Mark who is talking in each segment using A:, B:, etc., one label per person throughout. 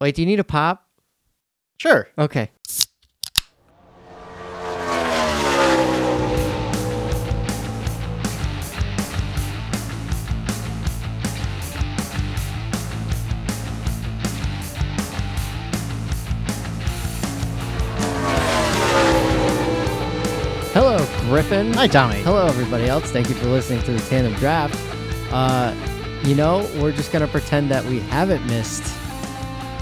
A: Wait, do you need a pop?
B: Sure.
A: Okay. Hello, Griffin.
B: Hi, Tommy.
A: Hello, everybody else. Thank you for listening to the Tandem Draft. Uh, you know, we're just going to pretend that we haven't missed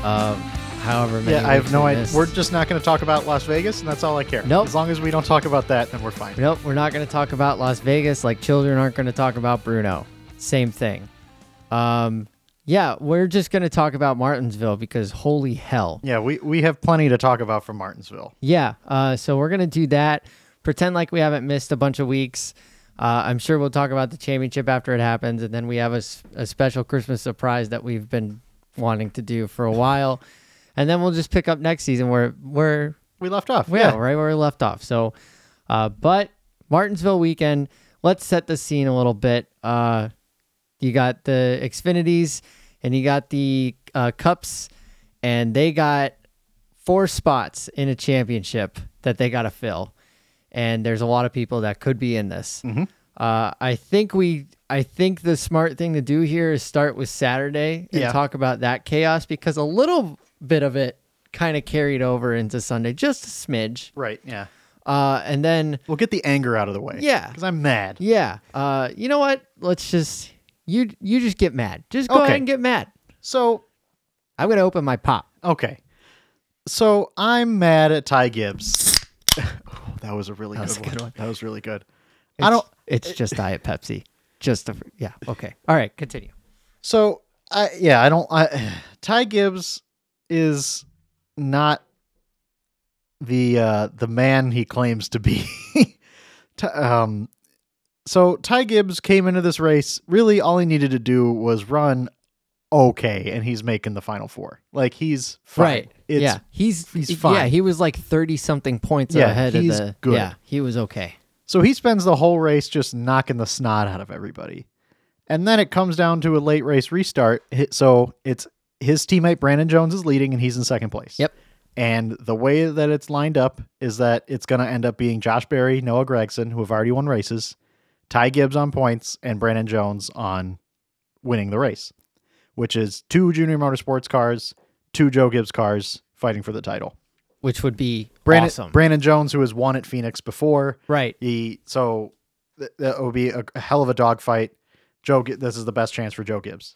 A: uh, however many.
B: Yeah, I have
A: weeks
B: no
A: we
B: idea.
A: missed.
B: We're just not going to talk about Las Vegas, and that's all I care.
A: Nope.
B: As long as we don't talk about that, then we're fine.
A: Nope, we're not going to talk about Las Vegas like children aren't going to talk about Bruno. Same thing. Um, yeah, we're just going to talk about Martinsville because holy hell.
B: Yeah, we, we have plenty to talk about from Martinsville.
A: Yeah, uh, so we're going to do that. Pretend like we haven't missed a bunch of weeks. Uh, I'm sure we'll talk about the championship after it happens. And then we have a, s- a special Christmas surprise that we've been wanting to do for a while. And then we'll just pick up next season where we're
B: We left off.
A: yeah, right where we left off. So, uh, but Martinsville weekend, let's set the scene a little bit. Uh, you got the Xfinities and you got the uh, Cups, and they got four spots in a championship that they got to fill. And there's a lot of people that could be in this. Uh, I think we, I think the smart thing to do here is start with Saturday and
B: Yeah.
A: talk about that chaos because a little bit of it kind of carried over into Sunday, just a smidge.
B: Right. Yeah.
A: Uh, and then,
B: We'll get the anger out of the way.
A: Yeah.
B: Because I'm mad.
A: yeah, uh, you know what? Let's just you you just get mad. Just go
B: Okay.
A: ahead and get mad.
B: So,
A: I'm gonna open my pop.
B: okay. So I'm mad at Ty Gibbs. oh, that was a really
A: was
B: good,
A: a good
B: one. That was really good. I
A: It's-
B: don't.
A: It's just diet Pepsi. Just a, yeah. Okay. All right. Continue.
B: So I yeah, I don't I Ty Gibbs is not the uh the man he claims to be. Ty- um so Ty Gibbs came into this race, really all he needed to do was run okay and he's making the final four. Like he's fine.
A: Right.
B: It's
A: yeah. He's
B: he's
A: Yeah.
B: fine.
A: He was like thirty something points
B: Yeah,
A: ahead
B: he's
A: of the.
B: good.
A: Yeah. He was okay.
B: So he spends the whole race just knocking the snot out of everybody. And then it comes down to a late race restart. Hi- So it's his teammate Brandon Jones is leading and he's in second place.
A: Yep.
B: And the way that it's lined up is that it's going to end up being Josh Berry, Noah Gregson, who have already won races, Ty Gibbs on points, and Brandon Jones on winning the race, which is two junior motorsports cars, two Joe Gibbs cars fighting for the title.
A: Which would be
B: Brandon,
A: awesome.
B: Brandon Jones, who has won at Phoenix before,
A: right.
B: he so th- that would be a, a hell of a dogfight. Joe, Gi- this is the best chance for Joe Gibbs.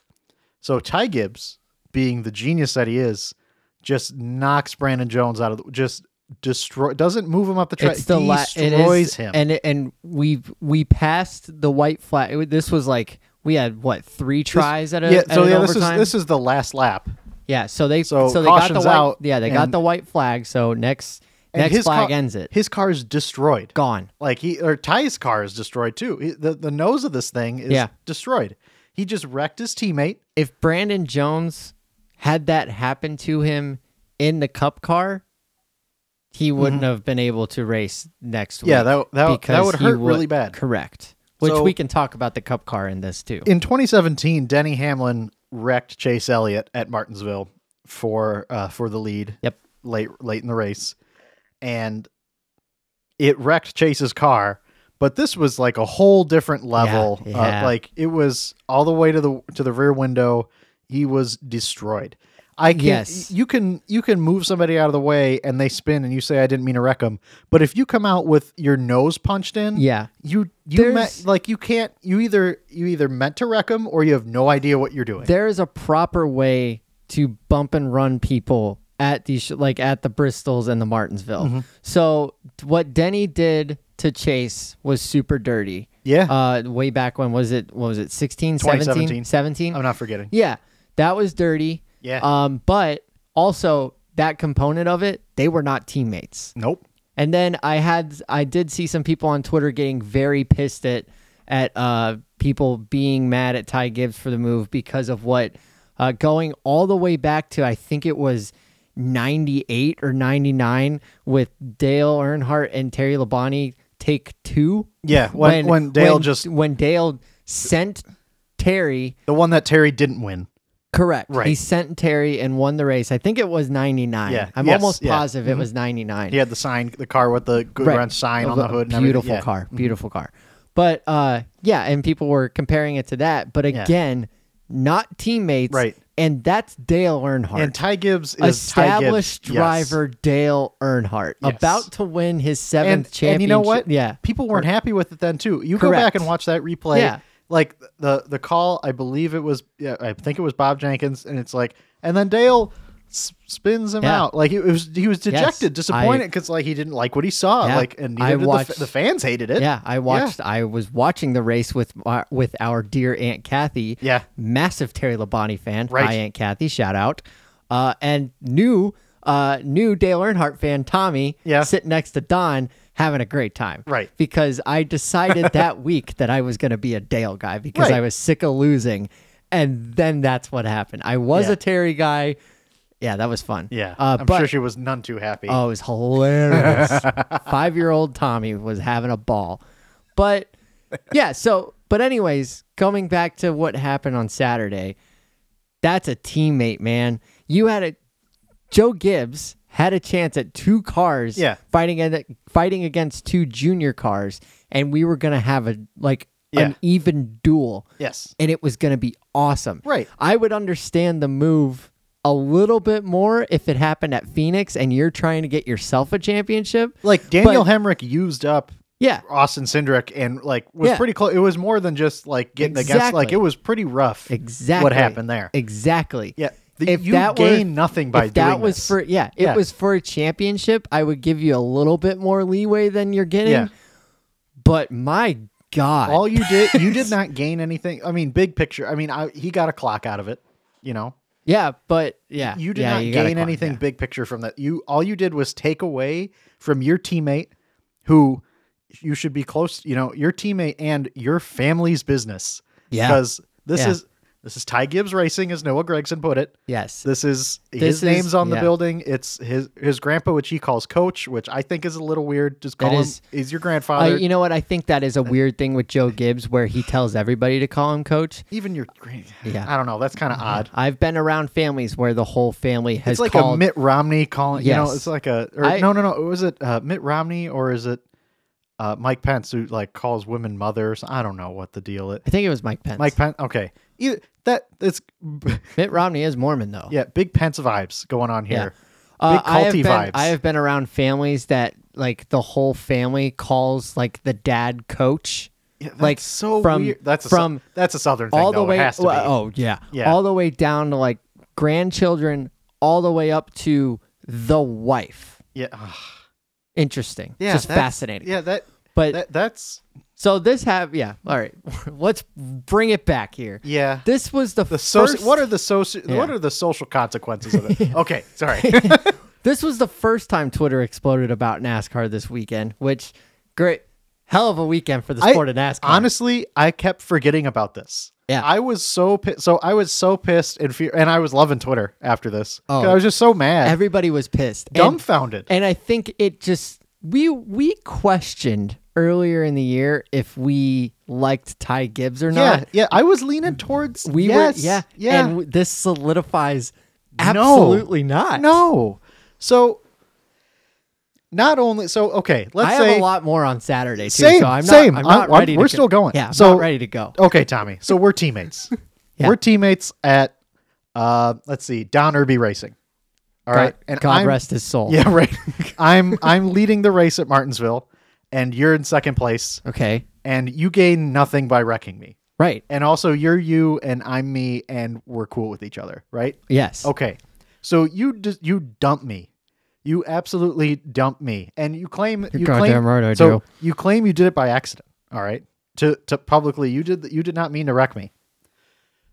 B: So Ty Gibbs, being the genius that he is, just knocks Brandon Jones out of the, just destroy doesn't move him up the track.
A: it's the la-
B: destroys
A: it is,
B: him.
A: and and we we passed the white flag. It- this was like we had what three tries at a
B: yeah,
A: at
B: so
A: an
B: yeah, this is
A: overtime?
B: this is the last lap.
A: yeah. So they so,
B: so
A: they got the
B: caution's
A: white
B: out,
A: yeah they got
B: and-
A: the white flag. So next
B: And
A: next flag
B: car,
A: ends it
B: His car is destroyed.
A: gone.
B: Like he or Ty's car is destroyed too. He- the the nose of this thing is
A: Yeah.
B: destroyed. He just wrecked his teammate.
A: If Brandon Jones had that happen to him in the Cup car, he wouldn't have been able to race next
B: Mm-hmm. Yeah,
A: week.
B: that- that- that
A: because
B: would
A: he
B: hurt really bad.
A: Correct. Which
B: So-
A: we can talk about the Cup car in this too.
B: in 2017, Denny Hamlin wrecked Chase Elliott at Martinsville for uh, for the lead.
A: Yep.
B: Late late in the race, and it wrecked Chase's car. But this was like a whole different level.
A: Yeah,
B: Uh,
A: yeah.
B: like it was all the way to the to the rear window. He was destroyed. I can
A: Yes.
B: you can you can move somebody out of the way and they spin and you say I didn't mean to wreck them. But if you come out with your nose punched in,
A: Yeah.
B: you you
A: There's-
B: meant like you can't you either you either meant to wreck him or you have no idea what you're doing.
A: there is a proper way to bump and run people at these sh- like at the Bristols and the Martinsville.
B: Mm-hmm.
A: So what Denny did to Chase was super dirty.
B: Yeah.
A: Uh way back when was it what was it 16 17
B: 2017.
A: 17?
B: I'm not forgetting.
A: Yeah. That was dirty.
B: Yeah.
A: Um but also that component of it, they were not teammates.
B: Nope.
A: And then I had I did see some people on Twitter getting very pissed at at uh, people being mad at Ty Gibbs for the move because of what uh, going all the way back to I think it was 98 or 99 with Dale Earnhardt and Terry Labonte take two.
B: Yeah, when- when Dale just-
A: when Dale sent Terry
B: The one that Terry didn't win.
A: Correct.
B: Right.
A: He sent Terry and won the race. I think it was 99.
B: Yeah.
A: I'm
B: Yes.
A: almost
B: Yeah.
A: positive it was 99.
B: He had the sign, the car with the good
A: Right.
B: run sign
A: Of
B: on the
A: a
B: hood. and everything.
A: beautiful
B: Yeah. Mm-hmm.
A: car. Beautiful car. But uh, yeah, and people were comparing it to that. But again, not teammates.
B: Right.
A: And that's Dale Earnhardt.
B: And Ty Gibbs is
A: Established
B: Ty Gibbs. Yes.
A: driver Dale Earnhardt
B: Yes.
A: about to win his seventh
B: And,
A: championship.
B: and you know what?
A: Yeah.
B: people weren't happy with it then too. You go
A: Correct.
B: back and watch that replay.
A: Yeah.
B: Like the the call, I believe it was. Yeah, I think it was Bob Jenkins, and it's like, and then Dale s- spins him
A: Yeah.
B: out. Like it was, he was dejected,
A: I-
B: disappointed because like he didn't like what he saw.
A: Yeah.
B: Like and
A: I
B: neither did the,
A: watched-
B: f- the fans hated it.
A: Yeah, I watched. I was watching the race with my, with our dear Aunt Kathy.
B: Yeah.
A: massive Terry Labonte fan.
B: Right.
A: Hi, Aunt Kathy. Shout out. Uh, and new, uh, new Dale Earnhardt fan Tommy.
B: Yeah.
A: sitting next to Don, having a great time.
B: Right.
A: because I decided that week that I was going to be a Dale guy because
B: Right.
A: I was sick of losing, and then that's what happened. I was
B: Yeah.
A: a Terry guy. Yeah, that was fun.
B: Yeah,
A: uh,
B: I'm
A: but
B: sure she was none too happy.
A: Oh, it was hilarious. Five year old Tommy was having a ball. But yeah, so, but anyways, coming back to what happened on Saturday, that's a teammate, man. You had a, Joe Gibbs had a chance at two cars
B: Yeah.
A: fighting, at, fighting against two junior cars, and we were going to have a, like,
B: Yeah.
A: an even duel
B: yes,
A: and it was going to be awesome.
B: Right.
A: I would understand the move a little bit more if it happened at Phoenix and you're trying to get yourself a championship.
B: like Daniel Hemrick used up
A: Yeah.
B: Austin Cindric and like was
A: Yeah.
B: pretty close. It was more than just like getting against. Like
A: Exactly.
B: it was pretty rough.
A: Exactly.
B: what happened there.
A: Exactly.
B: Yeah, The-
A: If
B: you
A: that were-
B: gain nothing by
A: if that
B: doing
A: was
B: this.
A: for yeah, it
B: Yeah.
A: was for a championship, I would give you a little bit more leeway than you're getting.
B: Yeah.
A: But my god.
B: all you did you did not gain anything. I mean, big picture. I mean, I, he got a clock out of it. You know,
A: yeah, but yeah.
B: you did
A: yeah,
B: not
A: you gotta
B: gain
A: climb,
B: anything
A: yeah.
B: big picture from that. You all you did was take away from your teammate who you should be close. You know, your teammate and your family's business.
A: Yeah.
B: because this
A: Yeah.
B: is this is Ty Gibbs Racing, as Noah Gregson put it.
A: Yes.
B: This is
A: This
B: his
A: is-
B: name's on the
A: yeah.
B: building. It's his his grandpa, which he calls Coach, which I think is a little weird. Just call
A: That
B: him.
A: is-
B: he's your
A: Uh,
B: grandfather.
A: you know what? I think that is a weird thing with Joe Gibbs where he tells everybody to call him coach.
B: Even your grand.
A: Yeah. Mm-hmm.
B: I don't know. That's kind of odd.
A: I've been around families where the whole family has
B: It's like
A: called.
B: a Mitt Romney calling. You know,
A: Yes.
B: it's like a or,
A: I-
B: no, no, no. Was it uh, Mitt Romney or is it uh, Mike Pence who like calls women mothers? I don't know what the deal is.
A: I think it was Mike Pence.
B: Mike Pence. Okay, Either, that it's
A: Mitt Romney is Mormon though.
B: yeah, big Pence vibes going on here.
A: Uh,
B: Big
A: I have
B: culty
A: been,
B: vibes.
A: I have been around families that like the whole family calls like the dad coach.
B: Yeah, that's
A: like,
B: so
A: from-
B: weird. That's a, sou-
A: from
B: that's a southern thing.
A: all the
B: though.
A: way
B: It has to
A: well,
B: be.
A: oh yeah.
B: Yeah.
A: all the way down to like grandchildren all the way up to the wife
B: yeah, ugh.
A: interesting
B: yeah.
A: just
B: that's-
A: fascinating
B: Yeah, that
A: but
B: that that's
A: so this have yeah all right let's bring it back here
B: yeah.
A: this was the,
B: The
A: first
B: soci- what are the social
A: Yeah.
B: what are the social consequences of it? Okay, sorry.
A: This was the first time Twitter exploded about NASCAR this weekend, which great hell of a weekend for the
B: I-
A: sport of NASCAR.
B: Honestly, I kept forgetting about this.
A: Yeah.
B: I was so pi- so I was so pissed and fear, and I was loving Twitter after this. 'Cause
A: Oh.
B: I was just so mad,
A: Everybody was pissed. And-
B: dumbfounded.
A: And, I think it just we we questioned earlier in the year if we liked Ty Gibbs or
B: yeah,
A: not.
B: yeah, I was leaning towards
A: We
B: yes,
A: were yeah,
B: yeah.
A: And w- this solidifies absolutely not.
B: no, so not only so okay. Let's
A: I
B: say
A: have a lot more on Saturday too,
B: Same,
A: so I'm not,
B: same.
A: I'm
B: I'm-
A: not
B: I'm-
A: ready. to
B: we're
A: go.
B: still going.
A: Yeah, I'm
B: So-
A: not ready to go.
B: Okay, Tommy. So we're teammates.
A: Yeah.
B: We're teammates at uh let's see, Down Irby Racing. All
A: God,
B: right.
A: God
B: I'm,
A: rest his soul.
B: Yeah, right. I'm I'm leading the race at Martinsville and you're in second place
A: Okay.
B: and you gain nothing by wrecking me.
A: Right.
B: And also you're you and I'm me and we're cool with each other, right?
A: Yes.
B: Okay. So you d- you dump me. You absolutely dump me. And you claim you
A: goddamn
B: claim,
A: right I
B: so
A: do.
B: you claim you did it by accident, all right? To to publicly you did you did not mean to wreck me.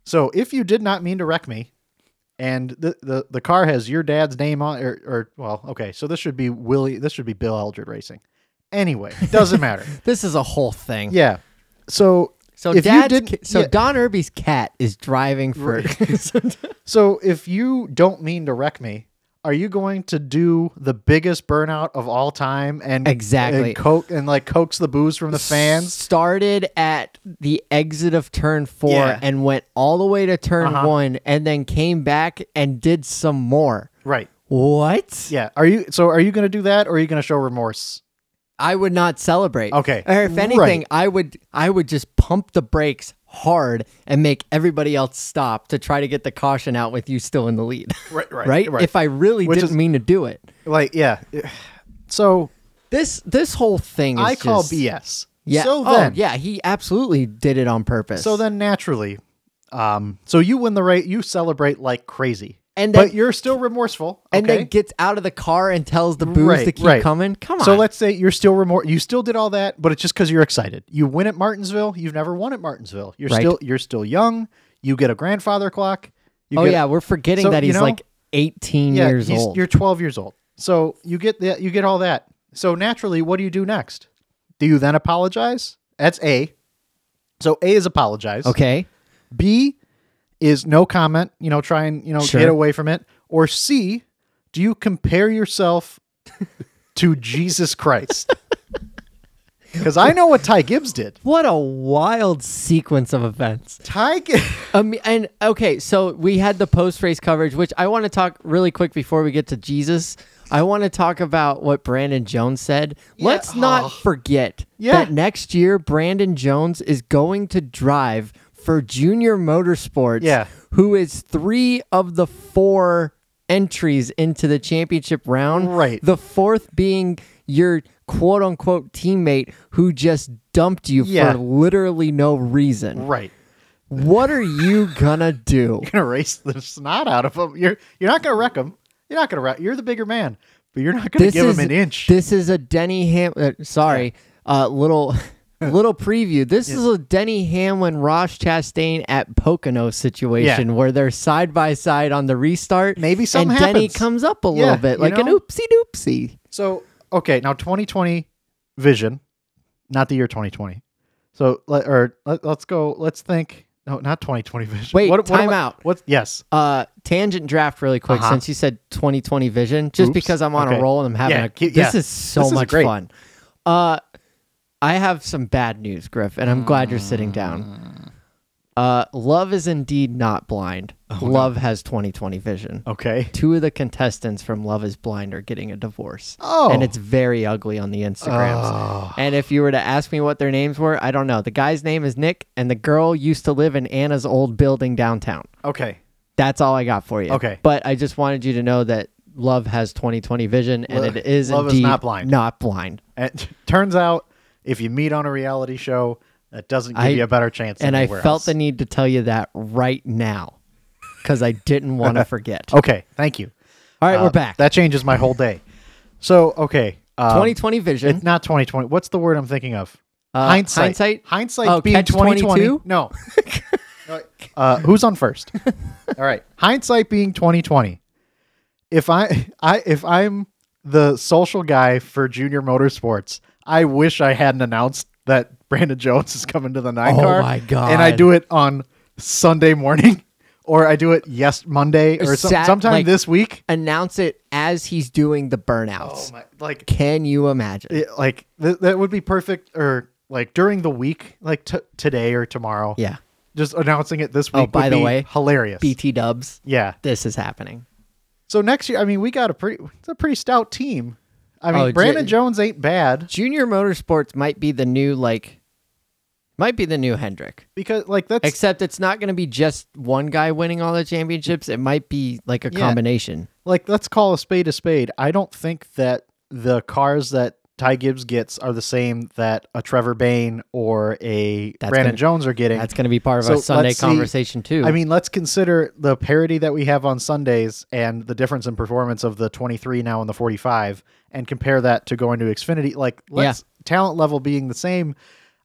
B: So if you did not mean to wreck me and the the, the car has your dad's name on or, or well, okay. So this should be Willie this should be Bill Eldred Racing. Anyway, doesn't matter.
A: This is a whole thing.
B: Yeah. So
A: So
B: if you
A: dad's
B: did
A: ca- so
B: yeah,
A: Don Irby's cat is driving for
B: so if you don't mean to wreck me, are you going to do the biggest burnout of all time and
A: Exactly.
B: and, co- and like coax the booze from the fans?
A: started at the exit of turn four
B: Yeah.
A: and went all the way to turn
B: Uh-huh.
A: one and then came back and did some more.
B: Right.
A: What?
B: Yeah. Are you so are you going to do that or are you going to show remorse?
A: I would not celebrate.
B: Okay.
A: Or if anything,
B: Right.
A: I would I would just pump the brakes hard and make everybody else stop to try to get the caution out with you still in the lead.
B: Right, right,
A: right?
B: right.
A: If I really
B: Which
A: didn't
B: is-
A: mean to do it.
B: Like yeah. So
A: This this whole thing is
B: I call
A: just-
B: BS.
A: Yeah.
B: So
A: oh,
B: then
A: yeah, he absolutely did it on purpose.
B: so then naturally um so you win the race, you celebrate like crazy.
A: And then-
B: but you're still remorseful.
A: and
B: okay?
A: then gets out of the car and tells the booze
B: Right,
A: to keep
B: right.
A: coming. Come on.
B: So let's say you're still remor- you still did all that, but it's just because you're excited. You win at Martinsville. You've never won at Martinsville. You're
A: Right.
B: still you're still young. You get a grandfather clock. You
A: oh
B: get-
A: yeah, we're forgetting
B: So,
A: that
B: you
A: he's
B: know-
A: like 18
B: yeah,
A: years
B: he's-
A: old.
B: You're 12 years old. So you get that. You get all that. So naturally, what do you do next? Do you then apologize? That's A. So A is apologize.
A: okay.
B: B is no comment, you know, try and, you know,
A: Sure.
B: get away from it. Or C, do you compare yourself to Jesus Christ? Because I know what Ty Gibbs did.
A: What a wild sequence of events.
B: Ty Gibbs.
A: Um, and okay, so we had the post race coverage, which I want to talk really quick before we get to Jesus. I want to talk about what Brandon Jones said. Let's not
B: Oh.
A: forget
B: Yeah.
A: that next year Brandon Jones is going to drive for Junior Motorsports,
B: Yeah.
A: who is three of the four entries into the championship round.
B: Right.
A: The fourth being your quote unquote teammate who just dumped you
B: Yeah.
A: for literally no reason.
B: Right.
A: What are you gonna do?
B: You're going to race the snot out of him. You're, you're not going to wreck him. You're not going to wreck. You're the bigger man, but you're not going to give him an inch.
A: This is a Denny Ham. Uh, sorry, uh, little little preview. This is a Denny Hamlin, Ross Chastain at Pocono situation where they're side by side on the restart.
B: Maybe something
A: and Denny
B: happens.
A: comes up a
B: Yeah,
A: little bit,
B: you
A: like an
B: know?
A: oopsie doopsie.
B: So okay, now 2020 vision, not the year 2020. So let or let, let's go. Let's think. No, not 2020 vision.
A: Wait,
B: am
A: time
B: I-
A: out.
B: What's yes?
A: Uh, tangent draft really quick
B: Uh-huh.
A: since you said 2020 vision, just
B: Oops.
A: because I'm on a
B: Okay.
A: roll and I'm having
B: Yeah,
A: a.
B: keep-
A: This
B: yeah.
A: is so
B: This is
A: much
B: great.
A: fun. Uh, I have some bad news, Griff, and I'm glad you're sitting down.
B: Mm.
A: Uh, love is indeed not blind.
B: Oh,
A: love has 2020 vision.
B: Okay.
A: Two of the contestants from Love is Blind are getting a divorce.
B: Oh.
A: And it's very ugly on the Instagrams.
B: Oh.
A: And if you were to ask me what their names were, I don't know. The guy's name is Nick, and the girl used to live in Anna's old building downtown.
B: Okay.
A: That's all I got for you.
B: Okay.
A: But I just wanted you to know that love has 2020 vision and
B: Love-
A: it is
B: love is
A: indeed
B: not blind.
A: Not blind.
B: And turns out, if you meet on a reality show, that doesn't give
A: I-
B: you a better chance.
A: and I
B: anywhere
A: felt the
B: else.
A: need to tell you that right now because I didn't want to forget.
B: Okay. Thank you.
A: All right,
B: Uh,
A: we're back.
B: That changes my whole day. So okay. Um,
A: 2020 vision.
B: It's not 2020. What's the word I'm thinking of?
A: Uh,
B: hindsight.
A: hindsight?
B: Hindsight
A: Oh,
B: being
A: catch
B: 2020.
A: 22?
B: No. uh, who's on first? All right. Hindsight being 2020. If I, I, if I'm the social guy for Junior Motorsports, I wish I hadn't announced that Brandon Jones is coming to the nine
A: Oh
B: car.
A: my
B: And I
A: God.
B: do it on Sunday morning, or I do it yes Monday, or some,
A: Sat-
B: sometime
A: like-
B: this week.
A: Announce it as he's doing the burnouts.
B: Oh my! Like
A: Can you imagine?
B: it, like th- that would be perfect or like during the week like t- today or tomorrow
A: yeah. Oh,
B: just announcing it this week would
A: by the
B: be
A: way,
B: hilarious
A: BT dubs.
B: yeah
A: This is happening.
B: so next year i mean we got a pretty it's a pretty stout team i mean
A: Oh, J-
B: brandon jones ain't bad
A: Junior Motorsports might be the new, like, might be the new Hendrick.
B: because like that's
A: Except it's not going to be just one guy winning all the championships. It might be like a
B: Yeah.
A: combination.
B: like let's call a spade a spade i don't think that the cars that ty gibbs gets are the same that a trevor bain or a
A: That's
B: brandon
A: gonna-
B: jones are getting
A: That's going to be part of
B: So
A: our Sunday
B: let's see.
A: conversation too.
B: I mean, let's consider the parity that we have on Sundays and the difference in performance of the 23 now and the 45 and compare that to going to Xfinity. Like, let's talent level being the same.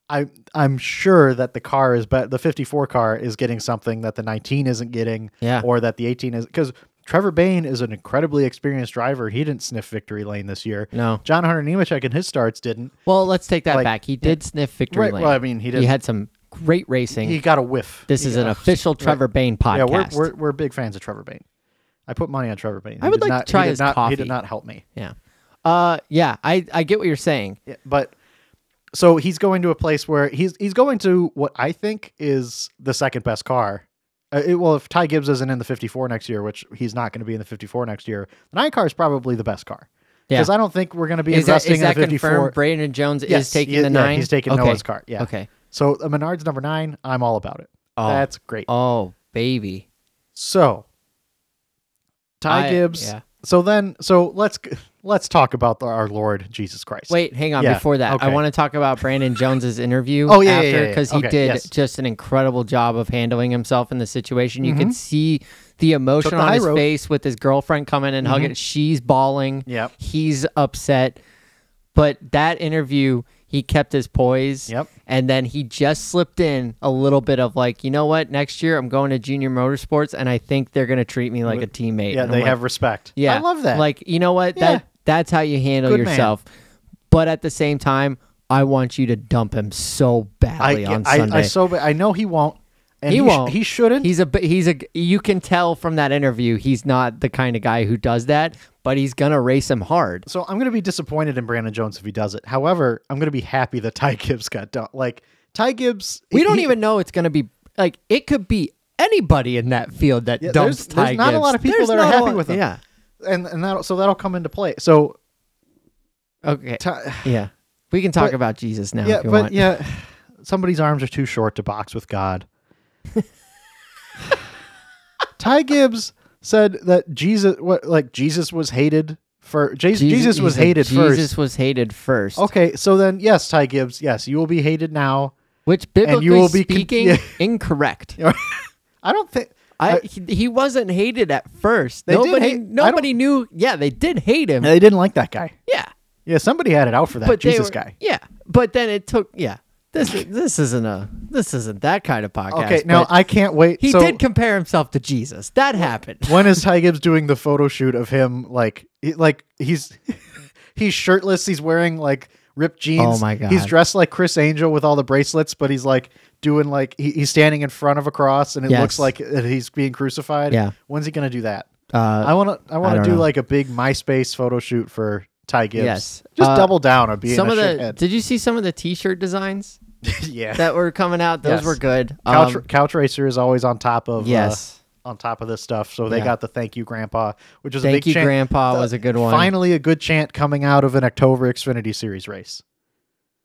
B: I I'm sure that the car is but the 54 car is getting something that the 19 isn't getting
A: Yeah.
B: or that the 18 is cuz Trevor Bain is an incredibly experienced driver. He didn't sniff victory lane this year.
A: No.
B: John Hunter Nemechek in his starts didn't.
A: well, let's take that
B: like,
A: back. He did sniff victory
B: Right,
A: lane.
B: well, I mean, he
A: He
B: didn't-
A: had some great racing.
B: He got a whiff.
A: this
B: He
A: is
B: got
A: an
B: a-
A: official Trevor Bain podcast.
B: Yeah, we're, we're we're big fans of Trevor Bain. I put money on Trevor Payne.
A: I would like
B: did
A: to
B: not, he
A: try
B: did
A: his
B: not, He
A: coffee.
B: did not help me.
A: Yeah. Uh, yeah, I, I get what you're saying.
B: Yeah, but so he's going to a place where he's he's going to what I think is the second best car. Uh, it- well, if Ty Gibbs isn't in the 54 next year, which he's not going to be in the 54 next year, the nine car is probably the best car.
A: Yeah.
B: Because I don't think we're going to be
A: Is that,
B: investing
A: is that
B: in a 54.
A: confirmed? Braden Jones is
B: Yes,
A: taking
B: yeah,
A: the
B: yeah,
A: nine.
B: he's taking
A: okay.
B: Noah's car. Yeah.
A: Okay.
B: So uh, Menard's number nine. I'm all about it.
A: Oh.
B: That's great.
A: Oh, baby.
B: So Ty
A: I-
B: Gibbs.
A: yeah.
B: So then, so let's let's talk about the- our Lord Jesus Christ.
A: Wait, hang on.
B: Yeah,
A: Before that, I
B: okay.
A: want to talk about Brandon Jones's interview.
B: Oh, yeah, yeah,
A: after,
B: yeah, yeah.
A: Because he
B: Okay,
A: did
B: yes.
A: just an incredible job of handling himself in the situation. You can see the emotion
B: Mm-hmm. Took the
A: on
B: high
A: his
B: road. Mm-hmm.
A: face with his girlfriend coming and hugging. She's bawling.
B: Yep.
A: He's upset. But that interview, he kept his poise.
B: Yep.
A: And then he just slipped in a little bit of like, you know what? Next year, I'm going to Junior Motorsports, and I think they're going to treat me like a teammate.
B: Yeah,
A: And I'm
B: they
A: like,
B: have respect.
A: yeah.
B: I love that.
A: Like, you know what?
B: Yeah.
A: That that's how you handle
B: Good man.
A: yourself. But at the same time, I want you to dump him so badly on
B: I,
A: Sunday.
B: I so ba- I know he won't. And
A: he,
B: sh-
A: won't.
B: he shouldn't.
A: He's a b- he's a you can tell from that interview he's not the kind of guy who does that, but he's going to race him hard.
B: so I'm going to be disappointed in Brandon Jones if he does it. However, I'm going to be happy that Ty Gibbs got done. Like Ty Gibbs,
A: We
B: he-
A: don't
B: he-
A: even know it's going to be like it could be anybody in that field that
B: Yeah,
A: dumps
B: there's- there's
A: Ty
B: not a
A: Gibbs.
B: lot of people
A: There's
B: that are
A: not a
B: happy
A: lot-
B: with him.
A: Yeah.
B: and and that so that'll come into play. So
A: Okay.
B: Ty,
A: yeah. We can talk
B: But-
A: about Jesus now
B: yeah,
A: if you
B: but
A: want.
B: yeah, somebody's arms are too short to box with God. Ty Gibbs said that Jesus, what like Jesus was hated for Jesus, Jesus was
A: he said
B: hated
A: Jesus
B: first.
A: was hated first.
B: Okay, so then yes, Ty Gibbs, yes, you will be hated now.
A: Which biblically
B: you will be con-
A: speaking,
B: yeah.
A: incorrect.
B: I don't think
A: I, he, he wasn't hated at first.
B: They did
A: nobody
B: hate- I don't-
A: nobody knew. Yeah, they did hate him.
B: Yeah, they didn't like that guy.
A: yeah,
B: Yeah, somebody had it out for that
A: but they
B: Jesus
A: were-
B: guy.
A: Yeah, but then it took. Yeah, this this isn't a this isn't that kind of podcast.
B: Okay, now
A: but
B: I can't wait.
A: he
B: so
A: did compare himself to Jesus. That happened.
B: when is Ty Gibbs doing the photo shoot of him? Like, he- like he's he's shirtless. He's wearing like ripped jeans.
A: Oh, my
B: He's
A: God.
B: dressed like Chris Angel with all the bracelets, but he's like doing like he, he's standing in front of a cross, and it
A: Yes.
B: looks like that he's being crucified.
A: Yeah.
B: when's he gonna do that?
A: Uh,
B: I want to. I want
A: don't
B: to do
A: know.
B: like a big MySpace photo shoot for Ty Gibbs.
A: Yes.
B: just
A: Uh,
B: double down on being
A: some
B: a
A: of the
B: shithead.
A: did you see some of the T-shirt designs
B: yeah.
A: that were coming out? Those
B: Yes.
A: were good.
B: Couch,
A: Um,
B: Couch Racer is always on top of uh,
A: yes.
B: on top of this stuff. So they
A: Yeah.
B: got the thank you, Grandpa, which is a
A: Thank
B: big
A: you,
B: chant.
A: Grandpa
B: The-
A: was a good one.
B: Finally, a good chant coming out of an October Xfinity Series race.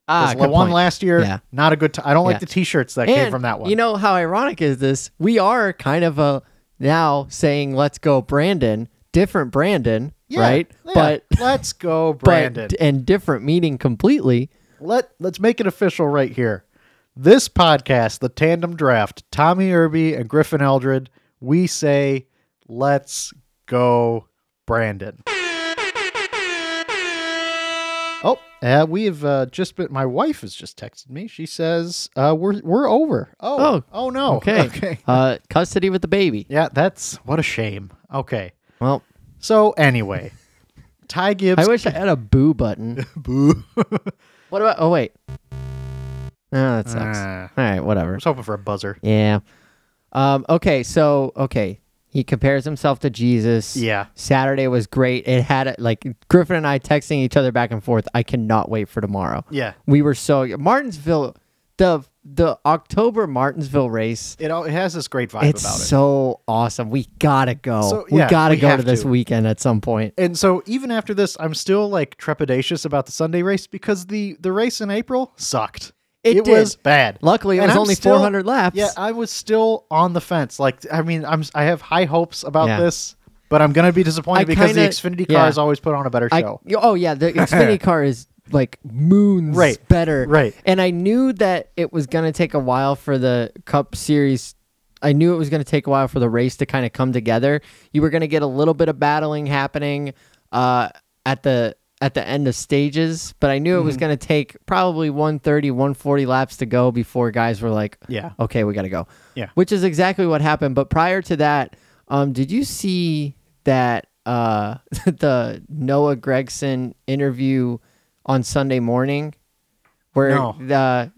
A: ah,
B: There's
A: good
B: one
A: point.
B: last year,
A: Yeah.
B: not a good. T- I don't
A: Yeah.
B: like the T-shirts that came from that one.
A: You know how ironic is this? We are kind of a now saying let's go Brandon, different Brandon,
B: Yeah,
A: right?
B: yeah.
A: But
B: let's go,
A: but
B: Brandon.
A: and different meaning completely.
B: Let Let's make it official right here. This podcast, the tandem draft, Tommy Irby and Griffin Eldred, we say, let's go, Brandon. Oh, uh, we've uh, just been. My wife has just texted me. She says uh, we're we're over. Oh,
A: Oh,
B: oh, no.
A: Okay. Uh custody with the baby.
B: Yeah, that's what a shame. Okay.
A: Well,
B: So anyway, Ty Gibbs.
A: I wish I had a boo button.
B: Boo.
A: What about oh wait. No, that sucks.
B: Ah.
A: All right, whatever.
B: I was hoping for a buzzer.
A: Yeah. Um, okay, so okay, he compares himself to Jesus.
B: Yeah.
A: Saturday was great. It had a- like Griffin and I texting each other back and forth. I cannot wait for tomorrow.
B: Yeah.
A: We were so Martinsville, the the October Martinsville race.
B: It all, it has this great vibe
A: It's
B: about it.
A: so awesome. We gotta go.
B: So,
A: we
B: yeah,
A: gotta
B: we
A: go to
B: have
A: this
B: to.
A: weekend at some point.
B: and so even after this, I'm still like trepidatious about the Sunday race because the the race in April sucked.
A: It did.
B: was bad.
A: Luckily, it
B: And
A: was
B: I'm
A: only
B: still-
A: 400 laps.
B: Yeah, I was still on the fence. Like, I mean, I'm I have high hopes about
A: Yeah.
B: this, but I'm gonna be disappointed
A: I
B: because
A: kinda-
B: the Xfinity
A: yeah.
B: cars always put on a better
A: I,
B: show.
A: y- oh yeah, the Xfinity car is like moons
B: Right,
A: better.
B: right.
A: And I knew that it was gonna take a while for the Cup Series. I knew it was gonna take a while for the race to kind of come together. You were gonna get a little bit of battling happening uh, at the at the end of stages, but I knew it was
B: Mm-hmm.
A: gonna take probably 130, 140 laps to go before guys were like,
B: yeah.
A: Oh. okay, we got to go.
B: Yeah.
A: Which is exactly what happened. But prior to that, um, did you see that uh, the Noah Gregson interview on Sunday morning where
B: No.
A: the,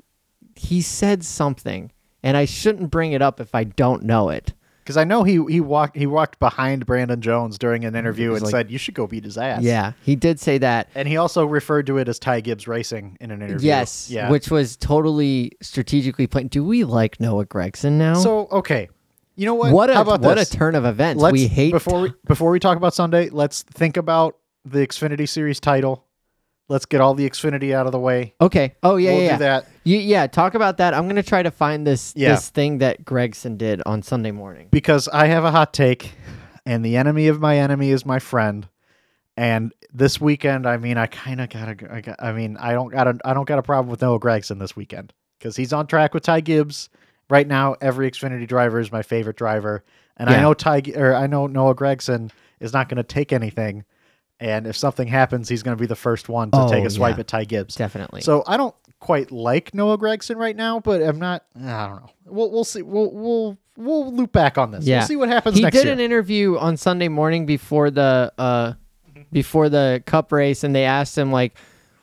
A: he said something? And I shouldn't bring it up if I don't know it.
B: Because I know he he walked he walked behind Brandon Jones during an interview
A: He's
B: and
A: like-
B: said you should go beat his ass.
A: Yeah, he did say that.
B: and he also referred to it as Ty Gibbs Racing in an interview.
A: Yes,
B: yeah.
A: which was totally strategically planned. Do we like Noah Gregson now?
B: so okay, you know what?
A: what a
B: How about
A: what
B: this?
A: a turn of events.
B: Let's
A: we hate
B: before we before we talk about Sunday. Let's think about the Xfinity Series title. Let's get all the Xfinity out of the way.
A: Okay. Oh yeah,
B: we'll
A: yeah.
B: do that.
A: You, yeah, talk about that. I'm gonna try to find this
B: Yeah.
A: this thing that Gregson did on Sunday morning.
B: because I have a hot take, and the enemy of my enemy is my friend. And this weekend, I mean, I kind of gotta. go- I, got, I mean, I don't got. a I don't got a problem with Noah Gregson this weekend because he's on track with Ty Gibbs right now. Every Xfinity driver is my favorite driver, and I
A: Yeah.
B: know Ty Gi- or I know Noah Gregson is not going to take anything. And if something happens, he's going to be the first one to
A: Oh,
B: take a swipe
A: yeah.
B: at Ty Gibbs.
A: Definitely.
B: So I don't quite like Noah Gregson right now, but I'm not. I don't know. We'll we'll see. We'll we'll we'll loop back on this.
A: Yeah.
B: We'll see what happens
A: he
B: next
A: did
B: year.
A: an interview on Sunday morning before the uh before the cup race and they asked him like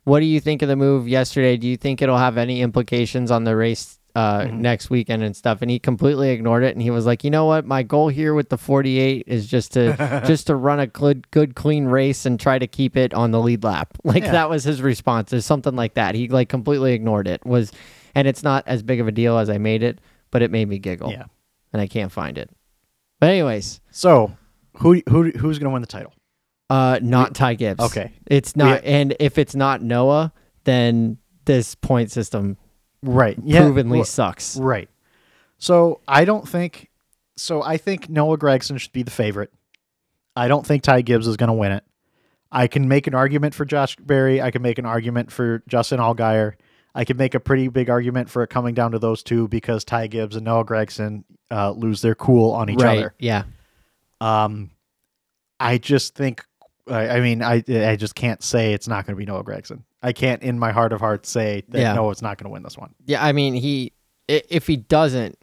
A: what do you think of the move yesterday? Do you think it'll have any implications on the race uh,
B: Mm-hmm.
A: next weekend and stuff? And he completely ignored it. And he was like, you know what? My goal here with the 48 is just to just to run a good, good, clean race and try to keep it on the lead lap. Like
B: Yeah.
A: that was his response or something like that. He like completely ignored it was, and it's not as big of a deal as I made it, but it made me giggle
B: yeah.
A: and I can't find it. But anyways,
B: So who who who's going to win the title?
A: uh, not Ty Gibbs.
B: Okay.
A: it's not. and if it's not Noah, then this point system
B: Right. Yeah.
A: provenly
B: Wh-
A: sucks.
B: Right. So I don't think. So I think Noah Gregson should be the favorite. I don't think Ty Gibbs is going to win it. I can make an argument for Josh Berry. I can make an argument for Justin Allgaier. I can make a pretty big argument for it coming down to those two because Ty Gibbs and Noah Gregson uh, lose their cool on each
A: right?
B: other.
A: Yeah.
B: Um, I just think. I, I mean, I I just can't say it's not going to be Noah Gregson. I can't, in my heart of hearts, say that
A: Yeah.
B: Noah's not going to win this one.
A: Yeah. I mean, he i- if he doesn't,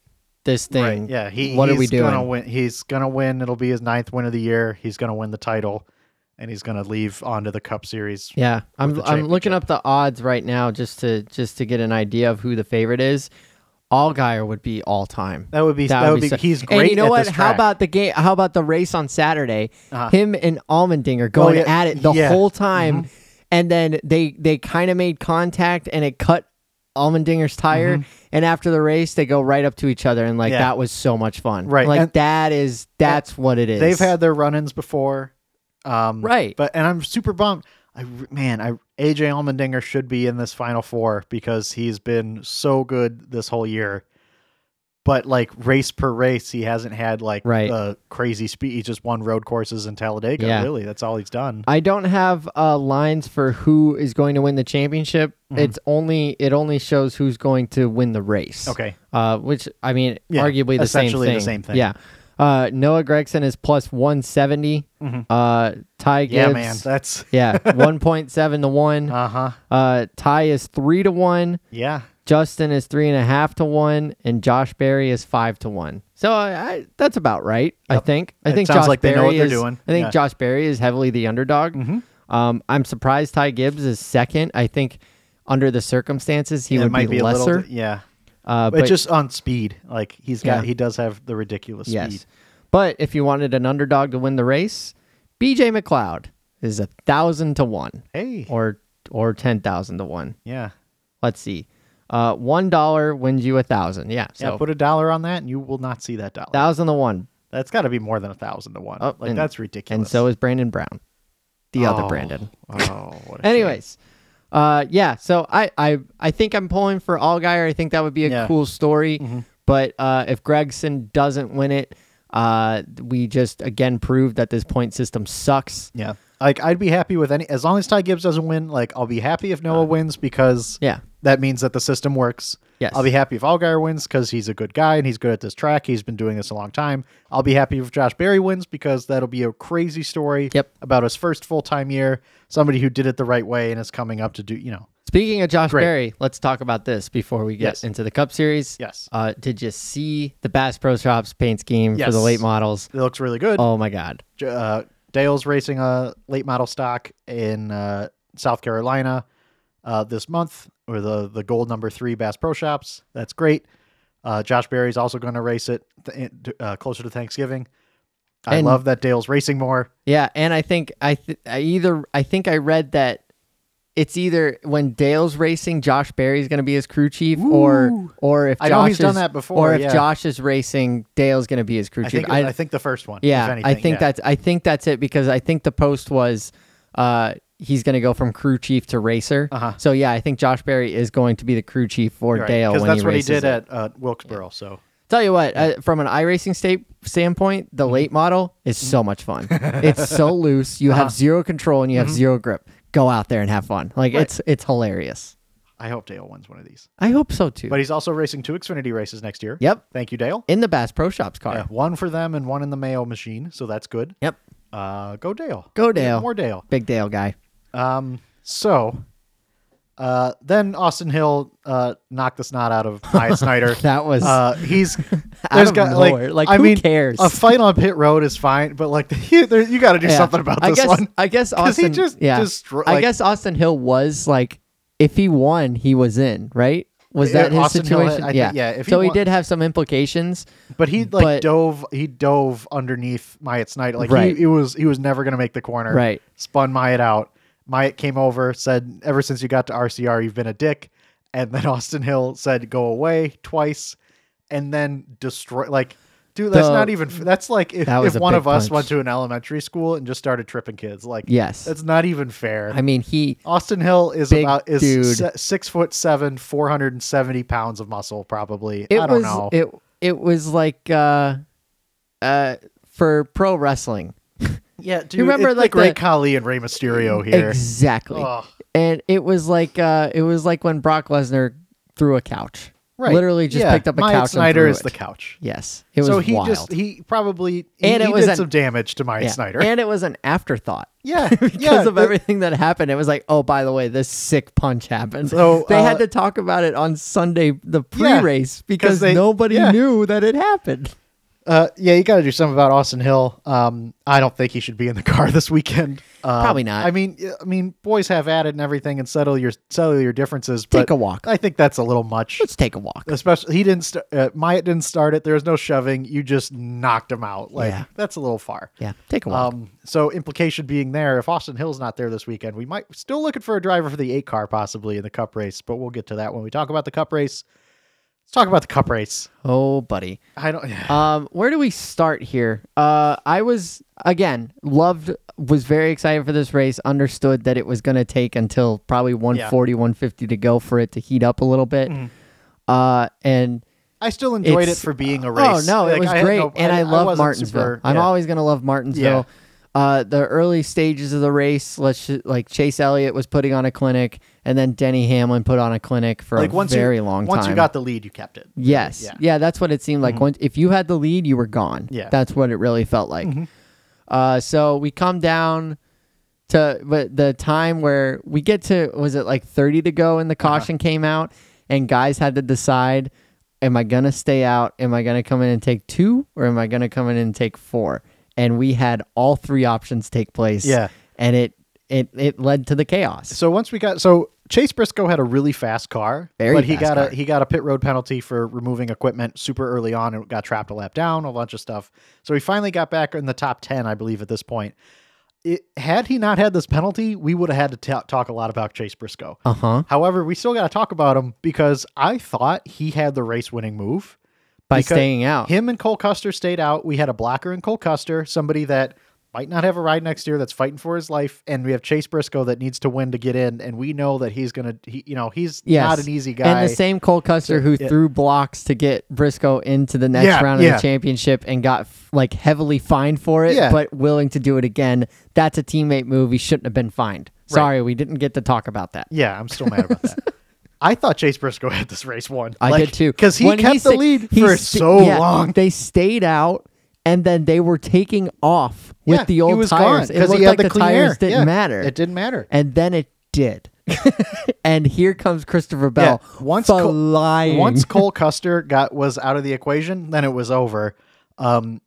A: this thing.
B: Right. Yeah. He,
A: what
B: he's
A: are we
B: Gonna
A: doing?
B: win. He's gonna win. It'll be his ninth win of the year. He's gonna win the title, and he's gonna leave onto the Cup Series.
A: Yeah, I'm
B: the
A: I'm looking up the odds right now just to just to get an idea of who the favorite is. Allgaier would be all time.
B: That would be. That, would be.
A: so-
B: he's great.
A: And you know
B: at
A: what?
B: This
A: How
B: track.
A: about the game? How about the race on Saturday?
B: Uh-huh.
A: Him and Almendinger going
B: yeah.
A: at it the
B: Yeah. Mm-hmm.
A: whole time, and then they they kind of made contact, and it cut Almendinger's tire. And after the race, they go right up to each other, and like
B: Mm-hmm. Yeah.
A: that was so much fun.
B: Right,
A: Like
B: and-
A: that is that's what it is.
B: They've had their run-ins before. Um,
A: Right.
B: But and I'm super bummed. I re- man, I AJ Allmendinger should be in this Final Four because he's been so good this whole year. But like race per race, he hasn't had like
A: Right.
B: the crazy speed. He just won road courses in Talladega.
A: Yeah.
B: Really, that's all he's done.
A: I don't have uh, lines for who is going to win the championship.
B: Mm-hmm.
A: It's only it only shows who's going to win the race.
B: Okay.
A: Uh, which I mean,
B: Yeah,
A: arguably the same
B: essentially
A: thing.
B: the same thing.
A: Yeah. Uh, Noah Gregson is plus one Uh, Ty Gibbs.
B: Mm-hmm. Yeah, man, that's
A: yeah, one point seven to one.
B: uh huh.
A: Uh, Ty is three to one.
B: Yeah,
A: Justin is three and a half to one, and Josh Berry is five to one. So I, I, that's about right. I think. I
B: It
A: think
B: sounds
A: Josh
B: like they know
A: Berry
B: what they're
A: is-
B: doing.
A: I think
B: Yeah. Mm-hmm.
A: Josh Berry is heavily the underdog. Um, I'm surprised Ty Gibbs is second. I think under the circumstances he
B: it
A: would
B: might
A: be,
B: be, a
A: lesser.
B: little. Yeah,
A: uh,
B: but
A: but
B: just on speed, like he's got,
A: Yeah.
B: he does have the ridiculous
A: yes.
B: speed.
A: But if you wanted an underdog to win the race, B.J. McLeod is a thousand to one,
B: Hey,
A: or or ten thousand to one.
B: yeah,
A: Let's see. Uh, one dollar wins you a thousand. Yeah. So
B: yeah. Put a dollar on that, and you will not see that dollar.
A: thousand to one.
B: that's got to be more than a thousand to one.
A: Oh,
B: like
A: and-
B: that's ridiculous.
A: and so is Brandon Brown, the other
B: Oh,
A: Brandon.
B: Oh, what a
A: Anyways, uh, yeah. So I, I, I think I'm pulling for Allgaier. I think that would be a
B: Yeah. Mm-hmm.
A: cool story. But uh, if Gregson doesn't win it, uh, we just again proved that this point system sucks.
B: shame. yeah. Like I'd be happy with any as long as Ty Gibbs doesn't win. Like I'll be happy if Noah wins because
A: Uh, Yeah.
B: that means that the system works.
A: Yes.
B: I'll be happy if Allgaier wins because he's a good guy and he's good at this track. He's been doing this a long time. I'll be happy if Josh Berry wins because that'll be a crazy story
A: Yep.
B: about his first full time year, somebody who did it the right way and is coming up to do, you know.
A: Speaking of Josh
B: Great.
A: Berry, let's talk about this before we get
B: Yes.
A: into the Cup Series.
B: Yes.
A: Uh, did you see the Bass Pro Shops paint scheme for
B: Yes.
A: the late models?
B: It looks really good.
A: Oh my God.
B: J- Uh, Dale's racing a late model stock in uh, South Carolina uh, this month, or the, the gold number three Bass Pro Shops. That's great. Uh, Josh Berry's also going to race it th- uh, closer to Thanksgiving. I
A: And-
B: love that Dale's racing more.
A: Yeah, and I think I, th- I either I think I read that it's either when Dale's racing, Josh Barry's going to be his crew chief, or or if Josh
B: I know he's
A: is,
B: done that before,
A: or if
B: yeah.
A: Josh is racing, Dale's going to be his crew
B: I
A: chief.
B: think I, think the first one.
A: yeah,
B: if anything,
A: I think
B: yeah.
A: that's I think that's it because I think the post was uh, he's going to go from crew chief to racer.
B: Uh-huh.
A: So yeah, I think Josh Barry is going to be the crew chief for
B: Right,
A: Dale when
B: that's
A: he
B: what he
A: races
B: did
A: it.
B: at uh, Wilkesboro. So
A: Tell you what, uh, from an iRacing state standpoint,
B: Mm-hmm.
A: the late model is so much fun. it's so loose. You
B: Uh-huh.
A: have zero control and you
B: Mm-hmm.
A: have zero grip. Go out there and have fun. Like it's it's hilarious.
B: I hope Dale wins one of these.
A: I hope so too.
B: But he's also racing two Xfinity races next year.
A: yep,
B: Thank you, Dale.
A: in the Bass Pro Shops car.
B: Yeah, one for them and one in the Mayo machine. So that's good.
A: Yep,
B: Uh, go Dale.
A: Go
B: We get
A: Dale.
B: More Dale.
A: big Dale guy.
B: Um, so uh, then Austin Hill uh, knocked the snot out of Wyatt Snyder.
A: That was
B: Uh, he's
A: out
B: there's
A: of
B: got
A: nowhere.
B: like,
A: Like,
B: I
A: who
B: mean,
A: cares?
B: A fight on pit road is fine, but like you, there, you got to do
A: Yeah.
B: something about
A: I
B: this
A: guess,
B: one.
A: I guess
B: 'Cause he
A: Austin.
B: just
A: yeah,
B: destro-
A: I
B: like-
A: guess Austin Hill was like, if he won, he was in. Right? Was
B: Yeah,
A: that his
B: Austin Hill, I
A: situation?
B: think-
A: yeah.
B: yeah, if he
A: so he
B: won-
A: did have some implications.
B: But he like
A: But-
B: dove he dove underneath Myatt Snyder. Like
A: Right.
B: he, he was he was never gonna make the corner.
A: Right.
B: Spun Myatt out. Myatt came over, said, Ever since you got to RCR, you've been a dick. And then Austin Hill said, Go away twice, and then destroy like dude, that's
A: The-
B: not even that's like if,
A: that was
B: if
A: a
B: one
A: big
B: of us
A: punch.
B: went to an elementary school and just started tripping kids. Like
A: Yes.
B: that's not even fair.
A: I mean, he
B: Austin Hill is
A: Big
B: about is
A: dude.
B: se- six foot seven, four hundred and seventy pounds of muscle, probably.
A: it
B: I don't
A: was
B: know.
A: it it was like uh uh for pro wrestling
B: Yeah, do
A: remember, like,
B: the great
A: the-
B: Khali and Rey Mysterio here?
A: exactly
B: Ugh.
A: and it was like uh it was like when Brock Lesnar threw a couch literally just
B: Yeah,
A: picked up a
B: Myatt
A: couch
B: Snyder
A: and threw
B: is
A: it.
B: the couch.
A: yes it was
B: so he
A: wild.
B: just he probably he,
A: And it
B: he
A: was
B: did
A: an-
B: some damage to Myatt
A: yeah.
B: Snyder.
A: and it was an afterthought
B: yeah,
A: because
B: yeah,
A: of
B: the-
A: everything that happened it was like oh by the way this sick punch happened
B: So,
A: they had
B: uh,
A: to talk about it on sunday the pre-race because
B: they-
A: nobody
B: yeah.
A: knew that it happened
B: Uh, yeah, you got to do something about Austin Hill. Um, I don't think he should be in the car this weekend. Um,
A: Probably not.
B: I mean, I mean, boys have at it and everything, and settle your settle your differences. But
A: Take a walk.
B: I think that's a little much.
A: let's take a walk
B: Especially, he didn't. St- uh, Myatt didn't start it. There was no shoving. You just knocked him out. Like
A: Yeah.
B: that's a little far.
A: yeah take a walk
B: Um, so implication being there, if Austin Hill's not there this weekend, we might still looking for a driver for the eight car possibly in the Cup race, but we'll get to that when we talk about the Cup race. Let's talk about the Cup race.
A: oh buddy
B: I don't.
A: Um, where do we start here? Uh, I was again loved, was very excited for this race. Understood that it was going to take until probably 140, 150 to go for it to heat up a little bit.
B: Mm.
A: Uh, and
B: I still enjoyed it
A: it's-
B: for being a race.
A: Oh no,
B: Like,
A: it was
B: I had
A: great,
B: no-
A: and I, love
B: wasn't
A: Martinsville.
B: super-
A: I'm
B: yeah.
A: always gonna love Martinsville. Uh, the early stages of the race, let's ju- like Chase Elliott was putting on a clinic, and then Denny Hamlin put on a clinic for
B: like
A: a
B: once
A: very
B: you,
A: long
B: Once
A: time.
B: you got the lead, you kept it.
A: Yes.
B: Yeah. Mm-hmm.
A: Yeah. that's what it seemed like. Once if you had the lead, you were gone.
B: Yeah. Mm-hmm.
A: That's what it really felt like. Uh, so we come down to but the time where we get to was it like 30 to go and the
B: Uh-huh.
A: caution came out and guys had to decide am I going to stay out? Am I going to come in and take 2 or am I going to come in and take 4? And we had all three options take place.
B: Yeah.
A: And it it it led to the chaos.
B: So once we got so Chase Briscoe had a really fast car,
A: Very
B: but he
A: fast
B: got a
A: car.
B: he got a pit road penalty for removing equipment super early on and got trapped a lap down, a bunch of stuff. So he finally got back in the top ten, I believe, at this point. It, had he not had this penalty, we would have had to ta talk a lot about Chase Briscoe.
A: Uh-huh.
B: However, we still got to talk about him because I thought he had the race winning move.
A: By
B: Because
A: staying out.
B: Him and Cole Custer stayed out. We had a blocker in Cole Custer, somebody that might not have a ride next year that's fighting for his life, and we have Chase Briscoe that needs to win to get in, and we know that he's gonna he, you know, he's
A: Yes.
B: not an easy guy.
A: And the same Cole Custer who threw blocks to get Briscoe into the next
B: Yeah,
A: round of
B: yeah.
A: the championship and got f- like heavily fined for it,
B: Yeah.
A: but willing to do it again. That's a teammate move. He shouldn't have been fined. Sorry, we didn't get to talk about that.
B: yeah, I'm still mad about that. I thought Chase Briscoe had this race won.
A: I did too.
B: Because he
A: When
B: kept the
A: sta-
B: lead
A: he
B: for
A: sta-
B: so
A: yeah,
B: long.
A: They stayed out and then they were taking off with
B: Yeah,
A: the old
B: he was
A: tires.
B: gone
A: it
B: 'cause
A: looked
B: he had
A: like the,
B: clean
A: tires
B: air.
A: didn't
B: Yeah,
A: matter.
B: It didn't matter.
A: and then it did. and here comes Christopher Bell.
B: Once Col-
A: flying.
B: Once Cole Custer got was out of the equation, then it was over. Um,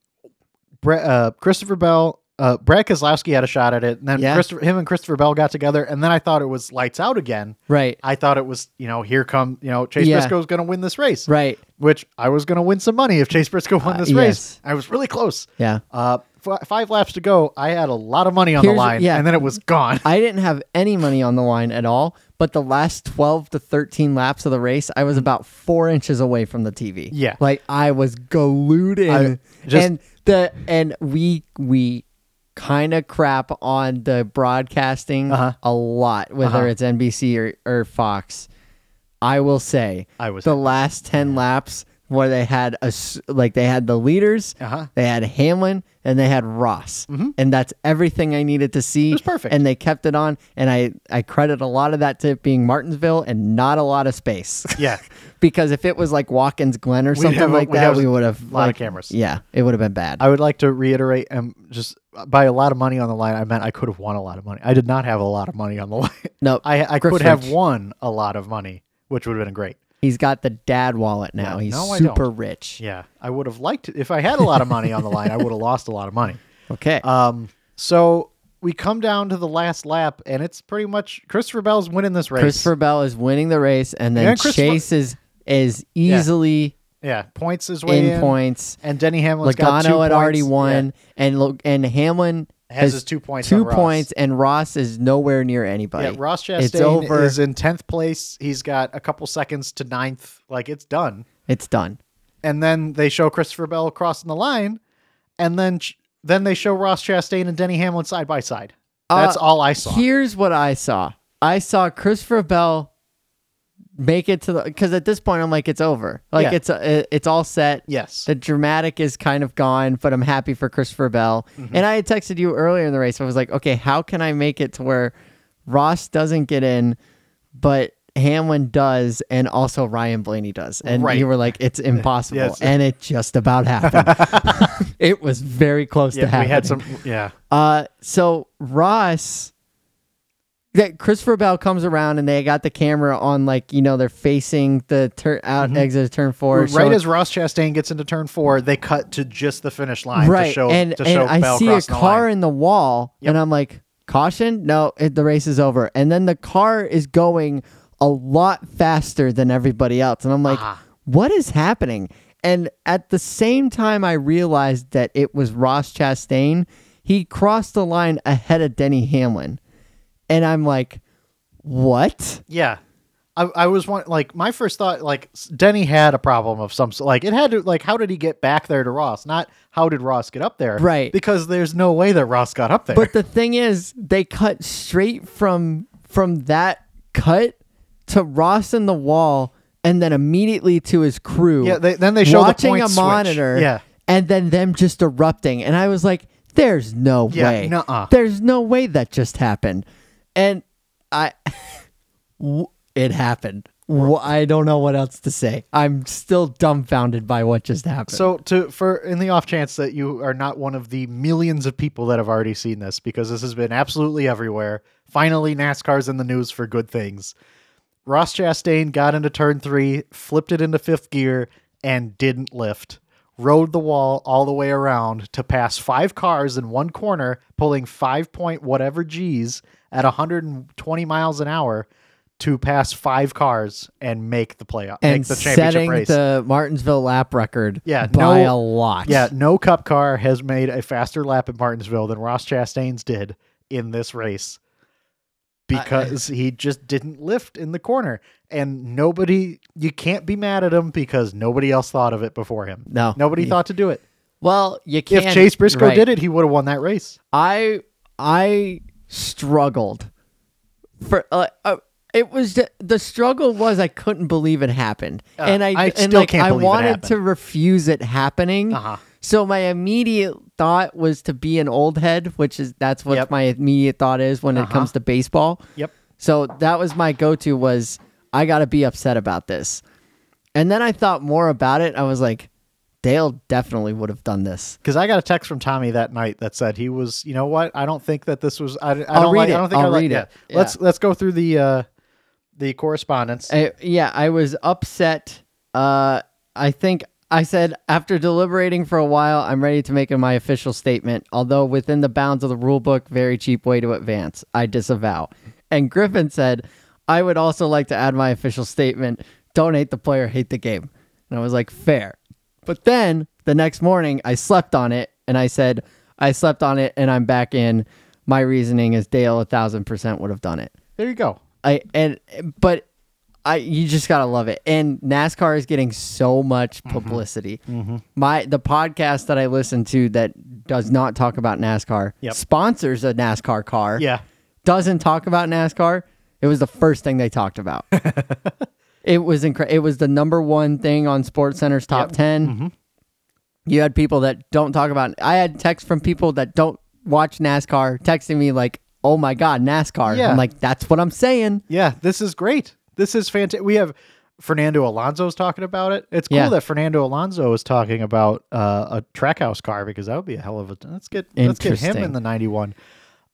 B: Bre- uh, Christopher Bell uh, Brad Keselowski had a shot at it, and then
A: Yeah.
B: Christopher, him and Christopher Bell got together, and then I thought it was lights out again.
A: Right.
B: I thought it was, you know, here come, you know, Chase
A: Yeah.
B: Briscoe's going to win this race,
A: Right.
B: which I was going to win some money if Chase Briscoe won
A: Uh,
B: this
A: yes.
B: race. I was really close.
A: Yeah.
B: Uh, f- five laps to go. I had a lot of money on
A: Here's-
B: the line,
A: yeah.
B: and then it was gone.
A: I didn't have any money on the line at all, but the last 12 to 13 laps of the race, I was about four inches away from the TV.
B: Mm. Yeah.
A: Like I was
B: I
A: goluded.
B: just-
A: and the, and we, we kind of crap on the broadcasting
B: Uh-huh.
A: a lot, whether
B: Uh-huh.
A: it's NBC or, or Fox. I will say
B: I was-
A: the last 10 laps where they had a, s- like they had the leaders,
B: Uh-huh. Mm-hmm.
A: they had Hamlin and they had Ross. And that's everything I needed to see. It
B: was perfect.
A: And they kept it on. And I, I credit a lot of that to it being Martinsville and not a lot of space.
B: yeah,
A: because if it was like Watkins Glen or something
B: have a-
A: like
B: we'd
A: that,
B: have
A: we
B: a
A: would have
B: lot of
A: like,
B: cameras.
A: Yeah, it would have been bad.
B: I would like to reiterate, and just uh, by a lot of money on the line, I meant I could have won a lot of money. I did not have a lot of money on the line.
A: no,
B: I I
A: Griff
B: could have
A: Rich.
B: won a lot of money, which would have been great.
A: he's got the dad wallet now.
B: Yeah,
A: he's
B: no, I don't.
A: super rich.
B: Yeah, I would have liked if I had a lot of money on the line. I would have lost a lot of money.
A: Okay.
B: Um, so we come down to the last lap, and it's pretty much Christopher Bell's winning this race.
A: Christopher Bell is winning the race, and
B: Yeah,
A: then
B: Christopher-
A: Chase is, is easily
B: yeah, points his way
A: in
B: in,
A: points.
B: and Denny Hamlin's got two
A: Logano had
B: points.
A: already
B: Yeah.
A: won, and Lo- and Hamlin
B: Has his two points on
A: Two
B: Ross.
A: points, and Ross is nowhere near anybody.
B: Yeah, Ross Chastain
A: It's over.
B: is in tenth place. He's got a couple seconds to ninth. Like it's done.
A: it's done.
B: And then they show Christopher Bell crossing the line, and then ch- then they show Ross Chastain and Denny Hamlin side by side. That's
A: Uh,
B: all I saw.
A: Here's what I saw. I saw Christopher Bell make it to the because at this point I'm like it's over. Like
B: Yeah.
A: it's uh, it's all set.
B: yes.
A: The dramatic is kind of gone, but I'm happy for Christopher Bell.
B: Mm-hmm.
A: And I had texted you earlier in the race. I was like, okay, how can I make it to where Ross doesn't get in, but Hamlin does, and also Ryan Blaney does? And
B: Right.
A: you were like, it's impossible.
B: Yes.
A: And it just about happened. it was very close to
B: yeah,
A: happening.
B: we had some. Yeah.
A: Uh, so Ross, that Christopher Bell comes around and they got the camera on, like you know, they're facing the turn out exit of turn four.
B: right
A: showing-
B: as Ross Chastain gets into turn four, they cut to just the finish line
A: right,
B: to show
A: and
B: to
A: and
B: show
A: I
B: Bell
A: see a
B: crossing the
A: car
B: line.
A: in the wall,
B: Yep.
A: and I'm like, caution, no, it, the race is over. And then the car is going a lot faster than everybody else, and I'm like,
B: Ah.
A: what is happening? And at the same time, I realized that it was Ross Chastain. He crossed the line ahead of Denny Hamlin, and I'm like, what?
B: Yeah. I, I was one like my first thought like s- Denny had a problem of some sort like it had to like how did he get back there to Ross not how did Ross get up there
A: Right.
B: because there's no way that Ross got up there
A: But the thing is, they cut straight from from that cut to Ross in the wall, and then immediately to his crew.
B: yeah they, then they show
A: watching
B: the
A: a
B: point switch.
A: monitor.
B: yeah
A: and then them just erupting, and I was like, "There's no
B: Yeah,
A: way.
B: nuh-uh.
A: There's no way that just happened." And I, w- it happened. W- I don't know what else to say. I'm still dumbfounded by what just happened.
B: so to for in the off chance that you are not one of the millions of people that have already seen this because this has been absolutely everywhere finally NASCAR's in the news for good things Ross Chastain got into turn three, flipped it into fifth gear, and didn't lift. Rode the wall all the way around to pass five cars in one corner, pulling five point whatever G's at 120 miles an hour to pass five cars and make the playoff,
A: and
B: make the
A: setting
B: championship race.
A: the Martinsville lap record
B: Yeah,
A: by
B: no-
A: a lot.
B: yeah, no cup car has made a faster lap at Martinsville than Ross Chastain's did in this race because he just didn't lift in the corner. And nobody, you can't be mad at him because nobody else thought of it before him.
A: No.
B: Nobody thought to do it.
A: Well, you
B: If
A: can't.
B: Chase Briscoe
A: right.
B: did it, he would have won that race.
A: I I struggled for uh, uh, it was the, the struggle was I couldn't believe it happened, and I,
B: Uh, I
A: and,
B: still
A: like,
B: can't
A: I
B: believe it
A: wanted
B: happened.
A: to refuse it happening.
B: Uh-huh.
A: So my immediate thought was to be an old head, which is that's what
B: Yep. Uh-huh.
A: my immediate thought is when it comes to baseball.
B: Yep.
A: So that was my go-to was I got to be upset about this. And then I thought more about it. I was like, Dale definitely would have done this.
B: Because I got a text from Tommy that night that said he was, you know what? I don't think that this was. I, I don't
A: I'll
B: like.
A: read
B: I
A: it.
B: don't think
A: I'll
B: I like
A: read
B: yeah.
A: it. Yeah.
B: Let's let's go through the uh, the correspondence.
A: I, yeah, I was upset. Uh, I think I said, after deliberating for a while, I'm ready to make my official statement, although within the bounds of the rule book, very cheap way to advance. I disavow. And Griffin said, I would also like to add my official statement don't hate the player, hate the game. And I was like, fair. But then the next morning, I slept on it and I said, I slept on it and I'm back in. My reasoning is Dale a thousand percent would have done it.
B: There you go.
A: I and but I you just gotta love it. And NASCAR is getting so much
B: Mm-hmm.
A: publicity. My the podcast that I listen to that does not talk about NASCAR
B: Yep.
A: sponsors a NASCAR car.
B: Yeah.
A: doesn't talk about NASCAR. It was the first thing they talked about. it was incredible. It was the number one thing on Sports Center's top ten.
B: Mm-hmm.
A: You had people that don't talk about. I had texts from people that don't watch NASCAR texting me like, "Oh my god, NASCAR!"
B: Yeah.
A: I'm like, "That's what I'm saying."
B: Yeah, this is great. This is fantastic. We have Fernando Alonso's talking about it. It's cool
A: Yeah.
B: that Fernando Alonso is talking about uh, a trackhouse car because that would be a hell of a. Let's get let's get him in
A: Interesting.
B: the '91.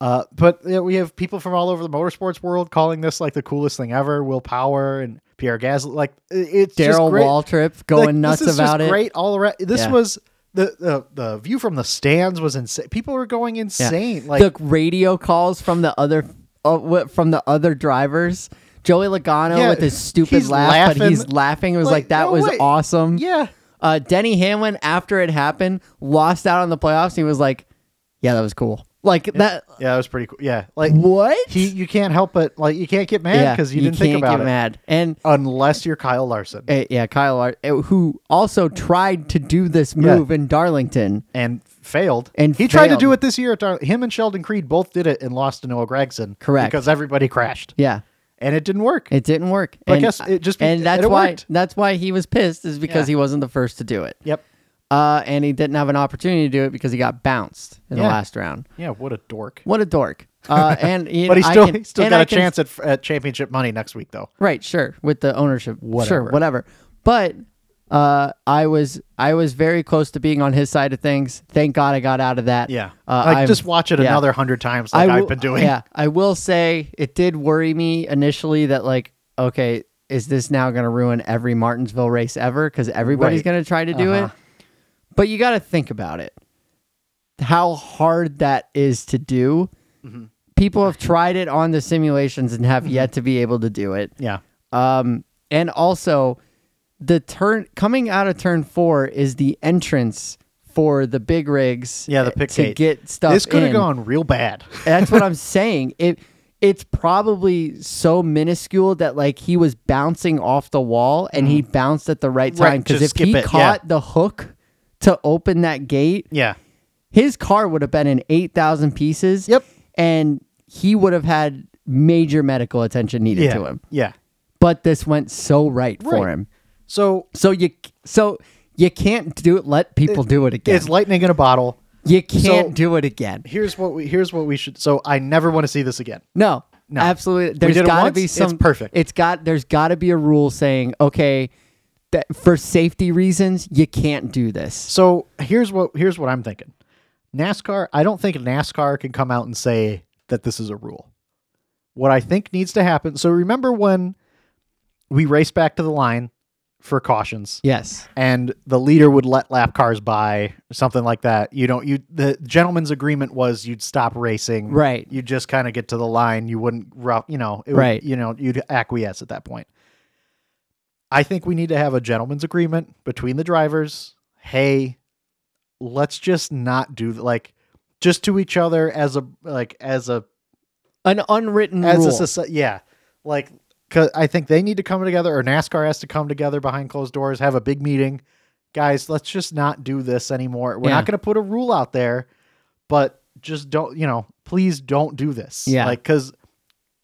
B: Uh, but yeah, we have people from all over the motorsports world calling this like the coolest thing ever. Will Power and Pierre Gasly, like i- it's just
A: Daryl
B: great.
A: Waltrip
B: Like,
A: going nuts
B: this is
A: about
B: just
A: it.
B: Great all around. This
A: Yeah.
B: was the, the the view from the stands was insane. People were going insane. Like
A: the radio calls from the other uh, wh- from the other drivers. Joey Logano
B: Yeah,
A: with his stupid
B: he's
A: laugh, but
B: laughing.
A: he's laughing. It was
B: Like,
A: like, that
B: no
A: was
B: way."
A: awesome.
B: yeah,
A: Uh, Denny Hamlin, after it happened, lost out on the playoffs. He was like, "Yeah, that was cool." Like that.
B: yeah, that was pretty cool. Yeah, like
A: uh, What?
B: he you can't help but like you can't get mad
A: yeah,
B: because you didn't think
A: can't
B: about
A: get
B: it
A: mad. And
B: unless you're Kyle Larson
A: uh, yeah, Kyle, Lar- uh, who also tried to do this move in Darlington.
B: and failed.
A: And
B: he tried to
A: failed.
B: do it this year. At Dar- him and Sheldon Creed both did it and lost to Noah Gregson.
A: Correct.
B: because everybody crashed
A: Yeah,
B: and it didn't work.
A: it didn't work.
B: I
A: and,
B: guess it just-
A: and that's
B: and it
A: why
B: worked.
A: that's why he was pissed is because
B: Yeah.
A: he wasn't the first to do it.
B: yep.
A: Uh, and he didn't have an opportunity to do it because he got bounced in the
B: Yeah.
A: last round.
B: Yeah, what a dork.
A: What a dork. Uh, and you
B: But he
A: know, I
B: still
A: can-
B: he still
A: and
B: got
A: I
B: a
A: can
B: chance at, at championship money next week though.
A: Right, sure. With the ownership,
B: Whatever.
A: sure, whatever. But uh, I was I was very close to being on his side of things. Thank God I got out of that.
B: Yeah,
A: uh,
B: like
A: I'm-
B: just watch it
A: yeah.
B: another hundred times like
A: I
B: I've
A: will-
B: been doing.
A: Yeah, I will say it did worry me initially that like, okay, is this now going to ruin every Martinsville race ever? Because everybody's
B: Right.
A: going to try to do
B: Uh-huh.
A: it. But you got to think about it, how hard that is to do.
B: Mm-hmm.
A: People have tried it on the simulations and have yet to be able to do it.
B: yeah,
A: Um, and also, the turn coming out of turn four is the entrance for the big rigs.
B: Yeah, the pit
A: to
B: gate.
A: get stuff.
B: this could have
A: in.
B: gone real bad.
A: That's what I'm saying. It it's probably so minuscule that like he was bouncing off the wall and he bounced at the right
B: Mm. Right,
A: time because
B: just
A: if he
B: skip it, yeah.
A: caught the hook to open that gate,
B: yeah,
A: his car would have been in eight thousand pieces.
B: Yep.
A: and he would have had major medical attention needed
B: yeah,
A: to him
B: yeah.
A: but this went so right, for
B: Right.
A: him.
B: So
A: So you so you can't do it. Let people do it again.
B: it's lightning in a bottle.
A: you can't
B: so-
A: do it again.
B: Here's what we here's what we should. So I never want to see this again.
A: No,
B: No.
A: absolutely.
B: We
A: There's
B: did it
A: got to
B: once,
A: be
B: it's
A: some
B: perfect.
A: It's got there's got to be a rule saying okay, that for safety reasons you can't do this.
B: So here's what here's what I'm thinking. NASCAR, I don't think NASCAR can come out and say that this is a rule. What I think needs to happen. So remember when we race back to the line for cautions
A: Yes,
B: and the leader would let lap cars by, something like that. You don't you the gentleman's agreement was you'd stop racing.
A: Right.
B: You just kind of get to the line. You wouldn't rough, you know, it would-
A: Right.
B: you know, you'd acquiesce at that point. I think we need to have a gentleman's agreement between the drivers. Hey, let's just not do like just to each other as a like as a
A: an unwritten
B: as
A: rule.
B: a society. Yeah, like 'cause I think they need to come together, or NASCAR has to come together behind closed doors, have a big meeting. Guys, let's just not do this anymore. We're
A: Yeah.
B: not going to put a rule out there, but just don't. You know, please don't do this.
A: Yeah.
B: like because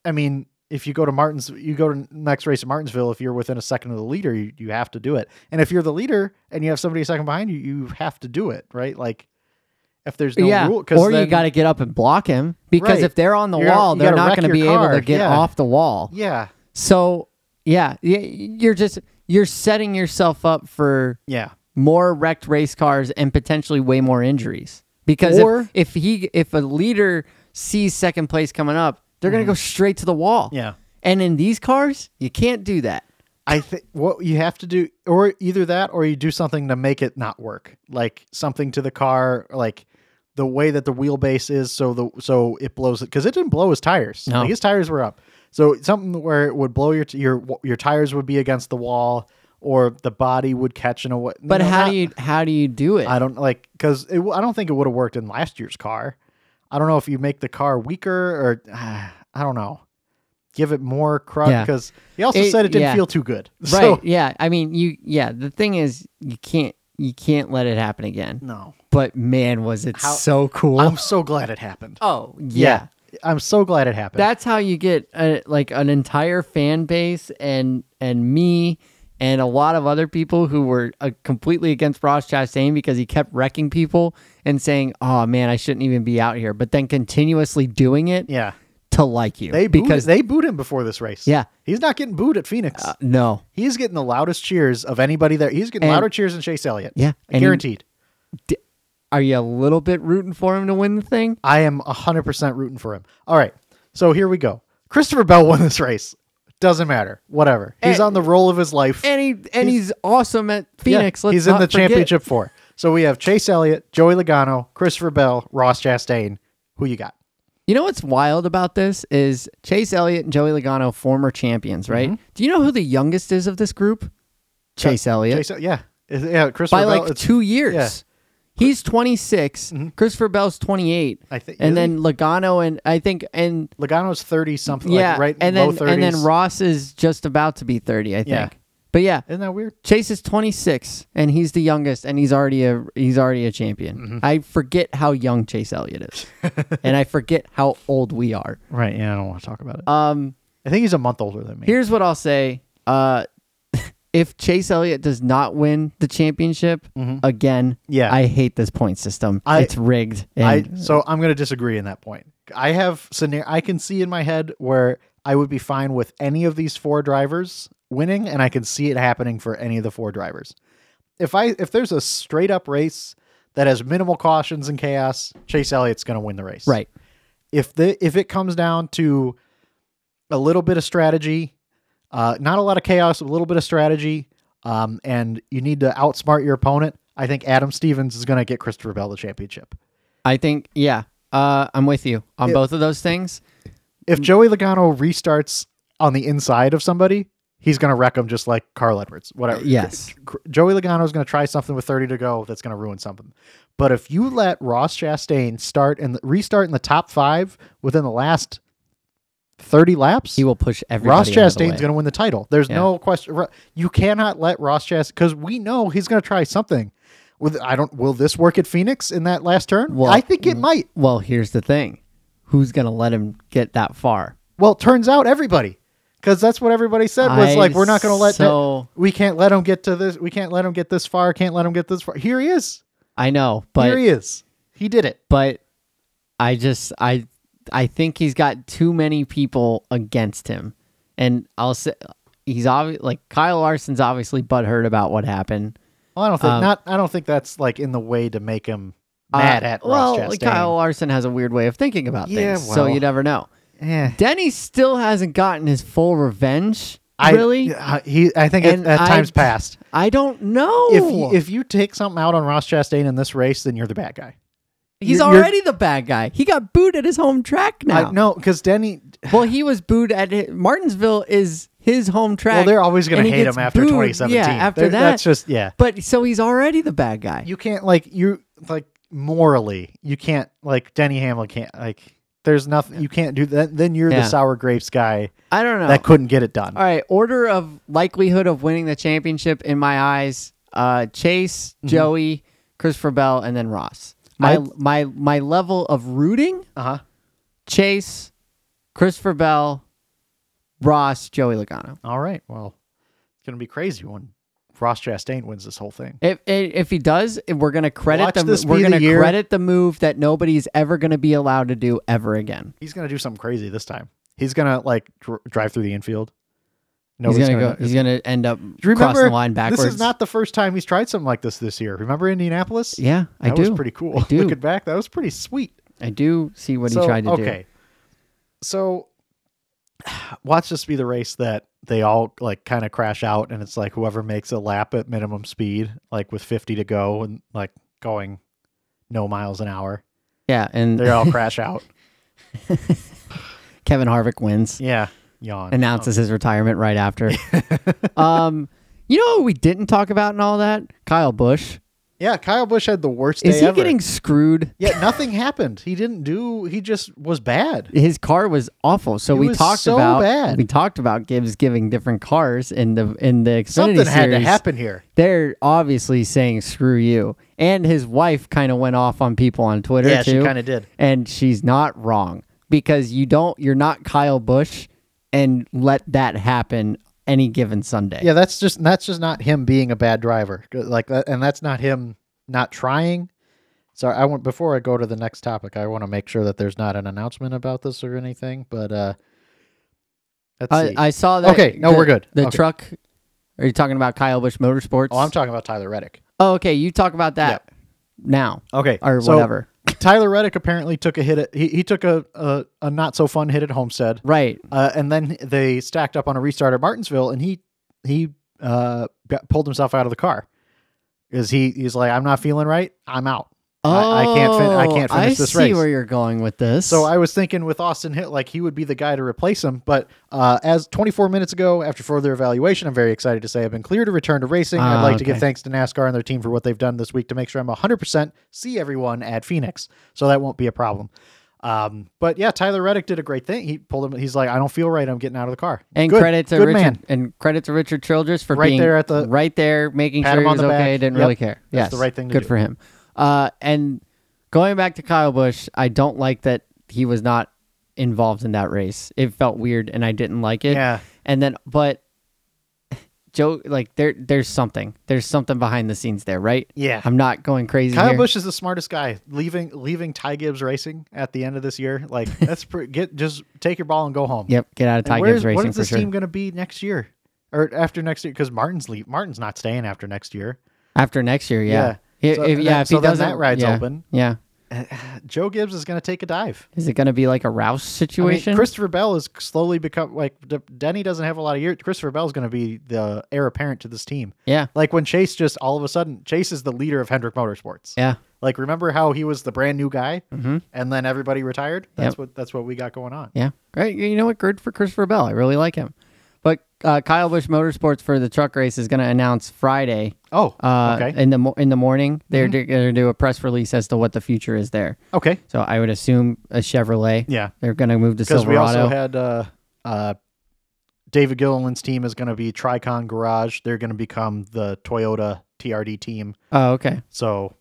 B: I mean, if you go to Martins, you go to next race at Martinsville. If you're within a second of the leader, you, you have to do it. And if you're the leader and you have somebody a second behind you, you have to do it. Right, like. If there's no
A: yeah,
B: rule, 'cause
A: or you
B: then-
A: got to get up and block him because
B: Right.
A: if they're on the
B: You're-
A: wall,
B: you
A: they're
B: gotta
A: not
B: wreck
A: going to
B: your
A: be able
B: car,
A: to get
B: yeah.
A: off the wall.
B: yeah,
A: So yeah, y- you're just you're setting yourself up for
B: yeah,
A: more wrecked race cars and potentially way more injuries. Because if-
B: Or-
A: if, he if a leader sees second place coming up, they're gonna go straight to the wall.
B: Mm-hmm. yeah.
A: And in these cars, you can't do that.
B: I think what you have to do, or either that, or you do something to make it not work, like something to the car, like the way that the wheelbase is, so the so it blows it because it didn't blow his tires.
A: No.
B: Like, his tires were up, so something where it would blow your t- your your tires would be against the wall, or the body would catch in a way.
A: But
B: No,
A: how
B: not-
A: do you how do you do it?
B: I don't like because I don't think it would have worked in last year's car. I don't know if you make the car weaker or I don't know. Give it more crud
A: Yeah.
B: because he also
A: It-
B: said it didn't
A: yeah.
B: feel too good.
A: right.
B: So,
A: yeah. I mean, you. Yeah. The thing is, you can't you can't let it happen again.
B: no,
A: But man, was it
B: How-
A: so cool.
B: I'm so glad it happened.
A: oh yeah.
B: I'm so glad it happened.
A: That's how you get a, like an entire fan base and and me and a lot of other people who were uh, completely against Ross Chastain because he kept wrecking people and saying, "Oh man, I shouldn't even be out here," but then continuously doing it
B: yeah,
A: to like you
B: they booed,
A: because
B: because they booed him before this race.
A: Yeah. Uh,
B: he's not getting booed at Phoenix.
A: no,
B: he's getting the loudest cheers of anybody there. He's getting
A: And-
B: louder cheers than Chase Elliott.
A: Yeah, and he-
B: guaranteed.
A: are you a little bit rooting for him to win the thing?
B: I am 100% rooting for him. All right. So here we go. Christopher Bell won this race. Doesn't matter. Whatever. He's
A: And-
B: on the roll of his life.
A: And he and he's, awesome at
B: Yeah,
A: Phoenix. Let's
B: he's in
A: not
B: the
A: forget.
B: championship four. So we have Chase Elliott, Joey Logano, Christopher Bell, Ross Chastain. Who you got?
A: You know what's wild about this is Chase Elliott and Joey Logano, former champions, right?
B: Mm-hmm.
A: Do you know who the youngest is of this group? Chase Elliott.
B: Chase, yeah. Is- Yeah, Christopher
A: by
B: Bell.
A: like
B: it's-
A: two years.
B: yeah. Mm-hmm.
A: He's 26. Christopher Bell's 28.
B: I think-
A: and
B: is
A: then Logano and I think and
B: Logano's 30 something.
A: yeah,
B: Like right
A: and
B: low
A: then
B: 30s.
A: and then Ross is just about to be 30, I think.
B: Yeah.
A: But yeah,
B: Isn't that weird?
A: Chase is 26 and he's the youngest and he's already a he's already a champion.
B: Mm-hmm.
A: I forget how young Chase Elliott is. and I forget how old we are.
B: Right. Yeah, I don't want to talk about it.
A: Um
B: I think he's a month older than me.
A: Here's what I'll say. Uh, if Chase Elliott does not win the championship again,
B: Mm-hmm. Yeah.
A: I hate this point system.
B: I-
A: it's rigged.
B: I
A: And
B: so I'm going to disagree in that point. I have scenario I can see in my head where I would be fine with any of these four drivers winning and I can see it happening for any of the four drivers. If I if there's a straight up race that has minimal cautions and chaos, Chase Elliott's going to win the race.
A: right,
B: If the if it comes down to a little bit of strategy, uh not a lot of chaos, a little bit of strategy, um and you need to outsmart your opponent, I think Adam Stevens is going to get Christopher Bell the championship.
A: I think yeah. Uh, I'm with you on both of those things.
B: if Joey Logano restarts on the inside of somebody, he's going to wreck him just like Carl Edwards. Whatever.
A: Yes.
B: Cr- Joey Logano is going to try something with 30 to go that's going to ruin something. But if you let Ross Chastain start and restart in the top five within the last 30 laps,
A: He will push everybody.
B: Ross
A: out of the way.
B: Chastain's going to win the title. There's
A: Yeah.
B: no question. Ro- You cannot let Ross Chastain because we know he's going to try something. With I don't. Will this work at Phoenix in that last turn?
A: Well- mm.
B: I think it might.
A: Well, here's the thing: who's gonna let him get that far?
B: Well, turns out everybody, because that's what everybody said was
A: I-
B: like, we're not going to let
A: so-
B: that, we can't let him get to this. We can't let him get this far. Can't let him get this far. Here he is.
A: I know,
B: Here
A: but
B: he is. He did it.
A: but I just I I think he's got too many people against him, and I'll say he's obvi- like Kyle Larson's obviously butthurt about what happened.
B: Well, I don't think
A: Um,
B: not. I don't think that's like in the way to make him
A: Uh,
B: mad at
A: well,
B: Ross Chastain.
A: Kyle Larson has a weird way of thinking about
B: Yeah,
A: things, so
B: well.
A: you never know.
B: Eh.
A: Denny still hasn't gotten his full revenge.
B: I,
A: really,
B: I- he. I think it,
A: And
B: that
A: I-
B: time's passed.
A: I don't know.
B: If you, if you take something out on Ross Chastain in this race, then you're the bad guy.
A: he's
B: you're- you're-
A: already the bad guy, he got booed at his home track now.
B: I, no, because Denny.
A: Well, he was booed at hi- Martinsville is his home track.
B: Well, they're always going
A: and
B: to
A: he
B: hate
A: gets
B: him after
A: booed,
B: 2017.
A: Yeah, after
B: They're-
A: that,
B: that's just yeah.
A: But so he's already the bad guy.
B: you can't like you like morally you can't like denny hamlin can't like there's nothing you can't do that then you're
A: Yeah.
B: the sour grapes guy
A: I don't know.
B: that couldn't get it done
A: All right, order of likelihood of winning the championship in my eyes: uh, Chase, Joey, Christopher Bell, and then Ross. My
B: Mm-hmm. I-
A: my my level of rooting:
B: uh-huh
A: Chase, Christopher Bell, Ross, Joey Logano.
B: all right well it's gonna be crazy when ross chastain wins this whole thing
A: If, if if he does, we're gonna credit
B: Watch
A: the
B: this
A: we're
B: be the
A: gonna
B: year.
A: credit the move that nobody's ever gonna be allowed to do ever again.
B: he's gonna do something crazy this time he's gonna like dr- drive through the infield
A: He's
B: Nobody's
A: gonna, go. He's gonna end up
B: Do you
A: crossing
B: remember
A: the line backwards.
B: this is not the first time he's tried something like this this year remember indianapolis
A: Yeah, I
B: that
A: do.
B: was pretty cool
A: I do.
B: looking back that was pretty sweet
A: I do see what
B: So,
A: he tried to
B: okay.
A: do.
B: So watch this be the race that they all like kind of crash out and it's like whoever makes a lap at minimum speed like with 50 to go and like going no miles an hour
A: Yeah, and
B: they all crash out
A: Kevin Harvick wins.
B: yeah yawn
A: Announces his retirement right after. um, you know what we didn't talk about and all that? Kyle Bush.
B: yeah kyle bush had the worst
A: Is
B: day
A: he
B: ever
A: getting screwed?
B: yeah nothing happened he didn't do he just was bad
A: His car was awful. So
B: It
A: we
B: was
A: talked
B: so
A: about
B: bad.
A: we talked about Gibbs giving different cars in the in the Xfinity
B: something
A: series.
B: had to happen here
A: They're obviously saying screw you. And his wife kind of went off on people on Twitter
B: yeah
A: too.
B: she kind of did
A: and she's not wrong because you don't you're not Kyle Bush and let that happen any given Sunday.
B: yeah that's just that's just not him being a bad driver like that and that's not him not trying sorry i want before i go to the next topic i want to make sure that there's not an announcement about this or anything but uh let's
A: I,
B: see
A: I saw that.
B: Okay, no,
A: the-
B: we're good.
A: The
B: Okay.
A: truck. Are you talking about Kyle Bush Motorsports?
B: oh i'm talking about tyler reddick
A: Oh, okay. You talk about that now
B: okay
A: or
B: so
A: whatever.
B: tyler reddick apparently took a hit at, he, he took a, a a not so fun hit at homestead
A: Right.
B: uh, and then they stacked up on a restart at martinsville and he he uh got, pulled himself out of the car because he he's like i'm not feeling right i'm out I- I can't fin- I can't
A: Oh,
B: finish this
A: I see
B: race.
A: where you're going with this.
B: So I was thinking with Austin Hill, like he would be the guy to replace him. But uh, as 24 minutes ago, after further evaluation, I'm very excited to say I've been clear to return to racing. I'd
A: Ah,
B: like to
A: okay.
B: give thanks to NASCAR and their team for what they've done this week to make sure I'm 100% see everyone at Phoenix. So that won't be a problem. Um, but yeah, Tyler Reddick did a great thing. He pulled him. He's like, I don't feel right. I'm getting out of the car.
A: and
B: Good-
A: credit to
B: good
A: Richard
B: man.
A: and credit to Richard Childress for
B: Right
A: being
B: there at the-
A: right there, making
B: Pat
A: sure
B: him
A: he
B: on
A: was
B: the back.
A: okay. Didn't
B: Yep.
A: really care.
B: That's
A: yes,
B: the right thing to
A: Good
B: do.
A: for him. Uh, and going back to Kyle Busch, I don't like that he was not involved in that race. It felt weird, and I didn't like it.
B: Yeah.
A: And then, but Joe, like there, there's something, there's something behind the scenes there, right?
B: Yeah.
A: I'm not going crazy.
B: Kyle
A: here.
B: Bush is the smartest guy. Leaving leaving Ty Gibbs Racing at the end of this year, like that's pretty. Get just take your ball and go home.
A: Yep, get out of
B: And
A: Ty
B: where's-
A: Gibbs racing
B: What is
A: for
B: this
A: sure.
B: team going to be next year or after next year? Because Martin's leave. Martin's not staying after next year.
A: After next year, yeah,
B: Yeah.
A: If,
B: So
A: if-
B: then-
A: yeah, if
B: so
A: he
B: then
A: doesn't,
B: that ride's
A: yeah,
B: open.
A: Yeah,
B: Joe Gibbs is going to take a dive.
A: is it going to be like a Rouse
B: I mean,
A: situation?
B: Christopher Bell is slowly become like D- Denny doesn't have a lot of years. Christopher Bell is going to be the heir apparent to this team.
A: yeah,
B: Like when Chase just all of a sudden Chase is the leader of Hendrick Motorsports.
A: yeah. Mm-hmm.
B: Like remember how he was the brand new guy and then everybody retired? That's
A: Yep.
B: what that's what we got going on.
A: Yeah, great. You know what? Good for Christopher Bell. I really like him. But uh, Kyle Busch Motorsports for the truck race is going to announce Friday
B: Oh,
A: uh,
B: okay. Mm-hmm.
A: in the mo- in the morning. They're going to do a press release as to what the future is there.
B: Okay.
A: So I would assume a Chevrolet.
B: Yeah.
A: they're going to move to
B: because
A: Silverado.
B: we also had uh, uh, David Gilliland's team is going to be Tricon Garage. They're going to become the Toyota TRD team.
A: oh, okay.
B: So
A: All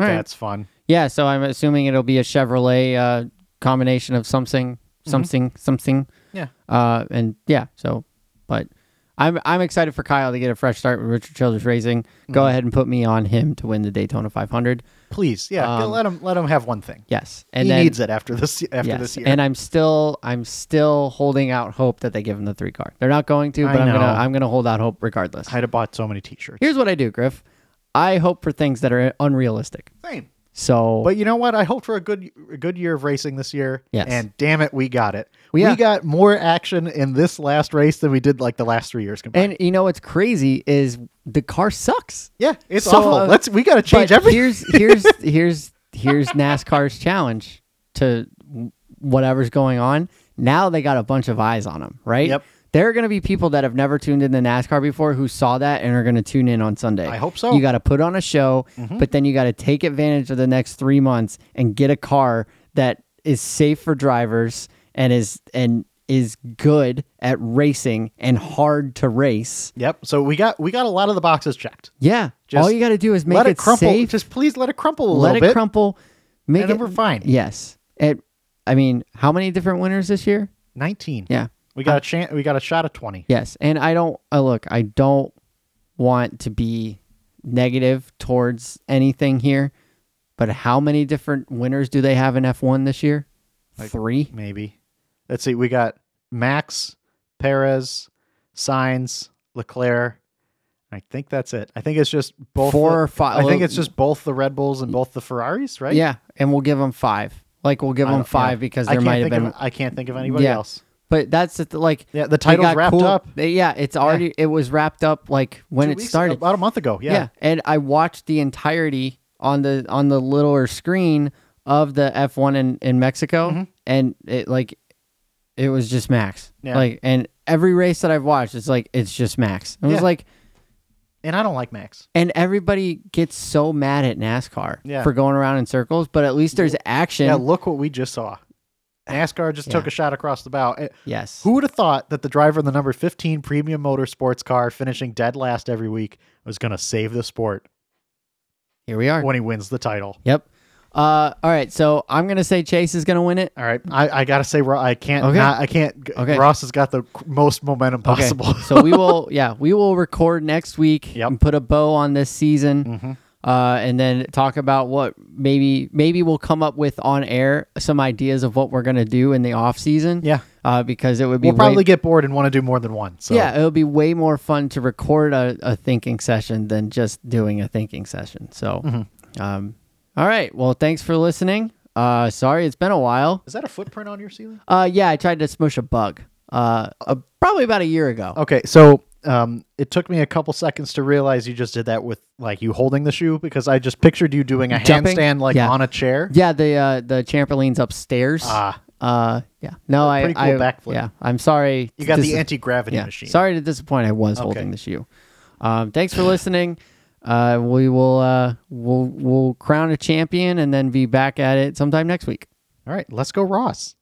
A: right.
B: that's fun.
A: Yeah, so I'm assuming it'll be a Chevrolet uh, combination of something, something, something.
B: Mm-hmm. Yeah.
A: Uh, and yeah, so, but I'm I'm excited for Kyle to get a fresh start with Richard Childress Racing.
B: Mm-hmm.
A: Go ahead and put me on him to win the Daytona 500.
B: Please, yeah,
A: Um,
B: let him let him have one thing.
A: Yes, and
B: he
A: then
B: needs it after this after
A: yes,
B: this year.
A: and I'm still I'm still holding out hope that they give him the three car. They're not going to,
B: I
A: but I'm gonna
B: know.
A: I'm gonna hold out hope regardless.
B: I'd have bought so many T-shirts.
A: Here's what I do, Griff. I hope for things that are unrealistic.
B: Same.
A: So
B: But you know what? I hoped for a good a good year of racing this year.
A: Yes.
B: And damn it, we got it. We,
A: yeah.
B: got more action in this last race than we did like the last three years combined.
A: And you know what's crazy is the car sucks.
B: yeah, it's
A: So,
B: awful.
A: uh,
B: Let's we got to change
A: But
B: everything.
A: Here's here's here's here's NASCAR's challenge to whatever's going on. Now they got a bunch of eyes on them, right?
B: Yep.
A: There are going to be people that have never tuned into NASCAR before who saw that and are going to tune in on Sunday.
B: I hope so. Mm-hmm.
A: You got to put on a show, but then you got to take advantage of the next three months and get a car that is safe for drivers and is and is good at racing and hard to race.
B: Yep. So we got we got a lot of the boxes checked.
A: Yeah.
B: Just
A: All you got to do is make
B: let
A: it,
B: it crumple.
A: safe.
B: Just please let it crumple a
A: let
B: little
A: it
B: bit,
A: crumple. Make
B: and
A: it
B: then we're fine.
A: yes. It. I mean, how many different winners this year?
B: Nineteen.
A: Yeah. Uh,
B: We got a chance. We got a shot at twenty.
A: Yes. And I don't. I look. I don't want to be negative towards anything here, but how many different winners do they have in F one this year? Three.
B: Maybe. Let's see. We got Max, Perez, Signs, Leclerc. I think that's it. I think it's just both
A: Four uh,
B: the-
A: or five-
B: I think it's just both the Red Bulls and both the Ferraris, right?
A: Yeah, and we'll give them five. Like we'll give
B: I
A: them
B: don't-
A: five
B: yeah.
A: because
B: I
A: there
B: can't
A: might have
B: think
A: been.
B: Of, I can't think of anybody
A: Yeah.
B: else.
A: But that's the, th- like
B: Yeah, the
A: they
B: title's
A: got
B: wrapped
A: cool-
B: up.
A: they- Yeah, it's already it was wrapped up like when
B: Two
A: it
B: weeks-
A: started.
B: about a month ago. Yeah.
A: yeah. and I watched the entirety on the on the littler screen of the F1 in in Mexico,
B: Mm-hmm.
A: and it like it was just Max.
B: Yeah.
A: Like, and every race that I've watched, it's like it's just Max. I
B: Yeah.
A: was like,
B: and I don't like Max.
A: and everybody gets so mad at NASCAR
B: Yeah.
A: for going around in circles, but at least there's action.
B: Yeah, look what we just saw. NASCAR just took
A: Yeah.
B: a shot across the bow. Eh,
A: yes,
B: Who would have thought that the driver in the number 15 premium motorsports car finishing dead last every week was going to save the sport
A: here we are.
B: when he wins the title?
A: Yep. Uh, all right, so I'm gonna say Chase is gonna win it.
B: All right, I, I gotta say, Ro- I can't.
A: Okay.
B: Not, I can't. g-
A: Okay.
B: Ross has got the c- most momentum possible.
A: so we will, yeah, we will record next week
B: Yep.
A: and put a bow on this season,
B: Mm-hmm.
A: uh, and then talk about what maybe maybe we'll come up with on air some ideas of what we're gonna do in the off season.
B: Yeah.
A: uh, because it would be
B: we'll
A: way-
B: probably get bored and want to do more than one. So
A: yeah, it would be way more fun to record a, a thinking session than just doing a thinking session. So,
B: Mm-hmm.
A: um, all right, well, thanks for listening. Uh, sorry, it's been a while.
B: is that a footprint on your ceiling?
A: Uh, yeah, I tried to smush a bug. Uh, uh probably about a year ago.
B: Okay, so um, it took me a couple seconds to realize you just did that with like you holding the shoe because I just pictured you doing a
A: Jumping?
B: handstand like
A: Yeah.
B: on a chair.
A: Yeah, the uh, the trampoline's upstairs.
B: Ah.
A: uh, yeah. No, I
B: pretty cool
A: I
B: backflip.
A: yeah. I'm sorry.
B: You got
A: to
B: the
A: dis-
B: anti gravity
A: yeah.
B: machine.
A: Sorry to disappoint. I was holding the shoe. Um, thanks for listening. Uh, we will uh, we'll we'll crown a champion and then be back at it sometime next week.
B: All right, let's go, Ross.